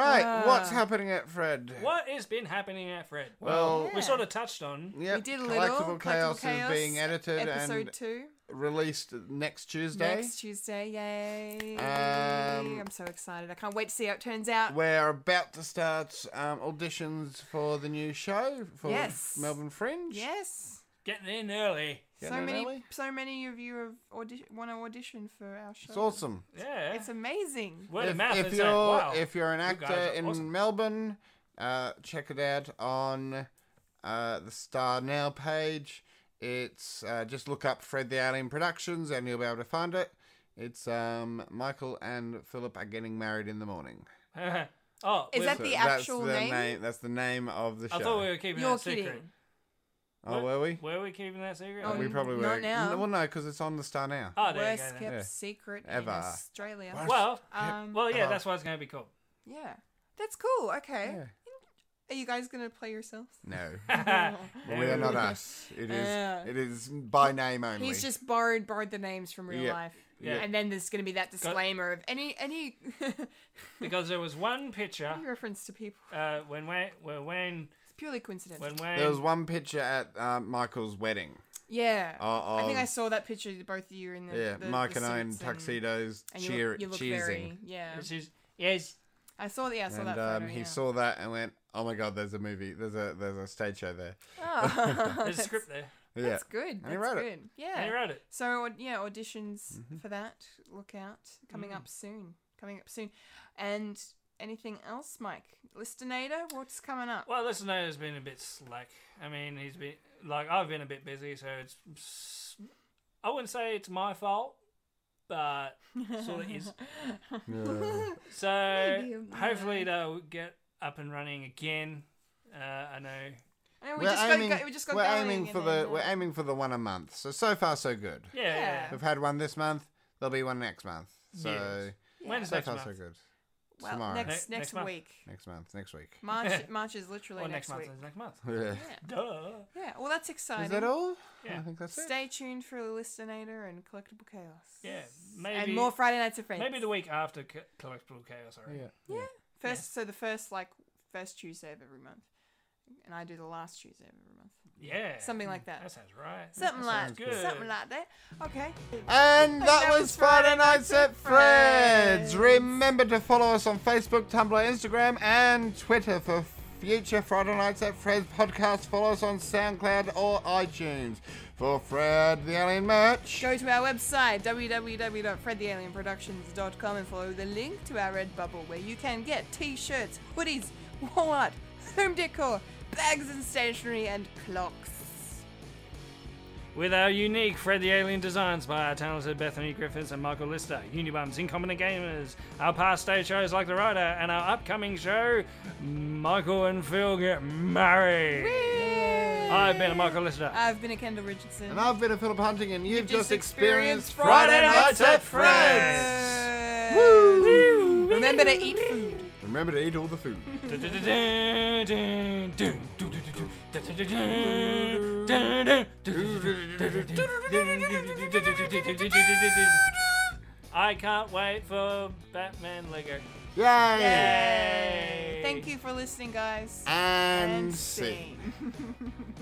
Speaker 1: right, what's happening at Fred?
Speaker 3: What has been happening at Fred?
Speaker 1: Well-
Speaker 3: we
Speaker 2: Yeah.
Speaker 3: sort of touched on.
Speaker 1: Yep,
Speaker 2: we did a
Speaker 1: Collectible,
Speaker 2: little Collectible
Speaker 1: Chaos, is being
Speaker 2: Chaos,
Speaker 1: edited
Speaker 2: Episode
Speaker 1: and
Speaker 2: two
Speaker 1: released next Tuesday.
Speaker 2: next Tuesday. Yay!
Speaker 1: Um,
Speaker 2: I'm so excited. I can't wait to see how it turns out.
Speaker 1: We're about to start um, auditions for the new show for
Speaker 2: Yes.
Speaker 1: Melbourne Fringe.
Speaker 2: Yes.
Speaker 3: Getting in early.
Speaker 1: Getting
Speaker 2: so
Speaker 1: in
Speaker 2: many,
Speaker 1: early.
Speaker 2: so many of you have audi- want to audition for our show.
Speaker 1: It's awesome.
Speaker 3: Yeah.
Speaker 2: It's amazing.
Speaker 3: Word of mouth. is
Speaker 1: you're
Speaker 3: like, wow.
Speaker 1: if you're an
Speaker 3: you guys
Speaker 1: actor
Speaker 3: are
Speaker 1: in
Speaker 3: awesome.
Speaker 1: Melbourne, uh, check it out on uh, the Star Now page. It's uh, just look up Fred the Alien Productions and you'll be able to find it. It's um, Michael and Philip are getting married in the morning.
Speaker 3: oh,
Speaker 2: Is
Speaker 3: we-
Speaker 2: that- the actual
Speaker 1: that's the
Speaker 2: name?
Speaker 1: That's the name of the show.
Speaker 3: I thought we were keeping
Speaker 2: You're
Speaker 3: that
Speaker 2: kidding.
Speaker 3: secret.
Speaker 1: oh, were we?
Speaker 3: Were we keeping that secret?
Speaker 2: Oh,
Speaker 1: we
Speaker 2: n-
Speaker 1: probably
Speaker 2: not
Speaker 1: were.
Speaker 2: now.
Speaker 1: N- Well, no, because it's on the Star Now.
Speaker 3: Oh, there you
Speaker 2: Worst
Speaker 3: go. then.
Speaker 2: kept
Speaker 1: Yeah.
Speaker 2: secret in
Speaker 1: Ever.
Speaker 2: Australia.
Speaker 1: Worst-
Speaker 3: Well,
Speaker 2: Um,
Speaker 3: well, yeah.
Speaker 1: Uh,
Speaker 3: That's why it's going to be called.
Speaker 2: yeah, that's cool. Okay,
Speaker 1: Yeah.
Speaker 2: are you guys gonna play yourselves?
Speaker 1: No,
Speaker 3: Yeah,
Speaker 1: we are not
Speaker 3: will.
Speaker 1: us. It is.
Speaker 2: Yeah.
Speaker 1: It is by name only.
Speaker 2: He's just borrowed borrowed the names from real
Speaker 1: Yeah.
Speaker 2: life.
Speaker 3: Yeah. Uh.
Speaker 2: And then there's going to be that disclaimer of any any
Speaker 3: because there was one picture
Speaker 2: any reference to people.
Speaker 3: uh, when Wayne, when Wayne,
Speaker 2: It's purely coincidental.
Speaker 3: when Wayne,
Speaker 1: There was one picture at uh, Michael's wedding.
Speaker 2: yeah.
Speaker 1: Uh,
Speaker 2: I think
Speaker 1: of-
Speaker 2: I saw that picture of both of you in the
Speaker 1: Yeah,
Speaker 2: the-
Speaker 1: Mike
Speaker 2: the
Speaker 1: and I in
Speaker 2: suits and-
Speaker 1: tuxedos,
Speaker 2: and you look-
Speaker 1: cheer,
Speaker 2: you look
Speaker 1: cheersing.
Speaker 2: very- yeah.
Speaker 3: this is yes,
Speaker 2: I saw that. Yeah, I saw
Speaker 1: And
Speaker 2: that.
Speaker 1: um,
Speaker 2: photo,
Speaker 1: he
Speaker 2: yeah.
Speaker 1: saw that and went, "Oh my god, there's a movie. There's a there's a stage show there."
Speaker 2: Oh,
Speaker 3: there's a
Speaker 2: that's-
Speaker 3: script there.
Speaker 1: Yeah,
Speaker 2: That's good. That's
Speaker 1: he wrote
Speaker 2: good.
Speaker 1: it. Mm-hmm.
Speaker 3: And he
Speaker 2: Yeah.
Speaker 3: wrote it.
Speaker 2: So au- yeah, auditions for that. Look out, coming
Speaker 3: Mm-hmm.
Speaker 2: up soon. Coming up soon. And anything else, Mike? Listinator, what's coming up?
Speaker 3: Well, listen, has been a bit slack. I mean, he's been like I've been a bit busy, so it's. I wouldn't say it's my fault, but sort of is. So
Speaker 2: Maybe,
Speaker 3: hopefully they'll get up and running again. Uh, I know.
Speaker 2: I mean, we
Speaker 1: we're
Speaker 2: just
Speaker 1: aiming,
Speaker 2: got, go- we just got
Speaker 1: we're
Speaker 2: going
Speaker 1: aiming
Speaker 2: and
Speaker 1: for
Speaker 2: then,
Speaker 1: the
Speaker 2: uh,
Speaker 1: we're aiming for the one a month. So so far so good.
Speaker 3: Yeah, yeah.
Speaker 2: Yeah.
Speaker 1: We've had one this month. There'll be one next month. So
Speaker 3: Yes. When's
Speaker 1: so
Speaker 3: next
Speaker 1: far
Speaker 3: month?
Speaker 1: so good.
Speaker 2: Well,
Speaker 1: Tomorrow.
Speaker 2: next
Speaker 3: Next-
Speaker 2: next,
Speaker 3: next month.
Speaker 2: week.
Speaker 1: Next month, next week.
Speaker 2: March March is literally
Speaker 3: Or
Speaker 2: next,
Speaker 3: next month
Speaker 2: week.
Speaker 3: is next month.
Speaker 1: Yeah.
Speaker 3: Duh.
Speaker 2: Yeah. Well, that's exciting.
Speaker 1: Is that all?
Speaker 3: Yeah.
Speaker 1: I think that's it.
Speaker 2: Stay tuned for Listinator and Collectible Chaos.
Speaker 3: Yeah.
Speaker 2: And
Speaker 3: Maybe
Speaker 2: more Friday Nights of Friends.
Speaker 3: maybe the week after Co- Collectible Chaos. I reckon.
Speaker 1: Yeah.
Speaker 2: first. So the first like first Tuesday of every month, and I do the last Tuesday of every month.
Speaker 3: Yeah.
Speaker 2: Something like that.
Speaker 3: That sounds right.
Speaker 2: Something
Speaker 1: sounds
Speaker 2: like
Speaker 3: good.
Speaker 2: something like that. Okay.
Speaker 1: And that
Speaker 2: that
Speaker 1: was
Speaker 2: was
Speaker 1: Friday
Speaker 2: Friday
Speaker 1: Nights
Speaker 2: Nights
Speaker 1: at
Speaker 2: at
Speaker 1: Fred's.
Speaker 2: Fred's.
Speaker 1: Remember to follow us on Facebook, Tumblr, Instagram, and Twitter for future Friday Nights at Fred's podcasts. Follow us on SoundCloud or iTunes. For Fred the Alien merch.
Speaker 2: Go to our website www.fredthealienproductions.com and follow the link to our Redbubble where you can get t-shirts, hoodies, wall art, home decor, bags and stationery, and clocks.
Speaker 3: With our unique Fred the Alien designs by our talented Bethany Griffiths and Michael Lister, Unibums, Incompetent Gamers, our past stage shows like The Rider, and our upcoming show, Michael and Phil Get Married. I've been a Michael Lister.
Speaker 2: I've been a Kendall Richardson.
Speaker 1: And I've been a Philip Hunting, and you've, just
Speaker 2: just
Speaker 1: experienced
Speaker 2: experienced
Speaker 1: Friday
Speaker 3: Friday
Speaker 1: Nights
Speaker 3: Nights
Speaker 1: at
Speaker 3: at
Speaker 1: Fred's.
Speaker 2: Friends.
Speaker 1: Woo!
Speaker 2: Remember to eat food.
Speaker 1: Remember to eat all the food.
Speaker 3: I can't wait for Batman Lego.
Speaker 1: Yay!
Speaker 3: Yay.
Speaker 2: Thank you for listening, guys.
Speaker 1: And,
Speaker 2: And
Speaker 1: sing.
Speaker 2: sing.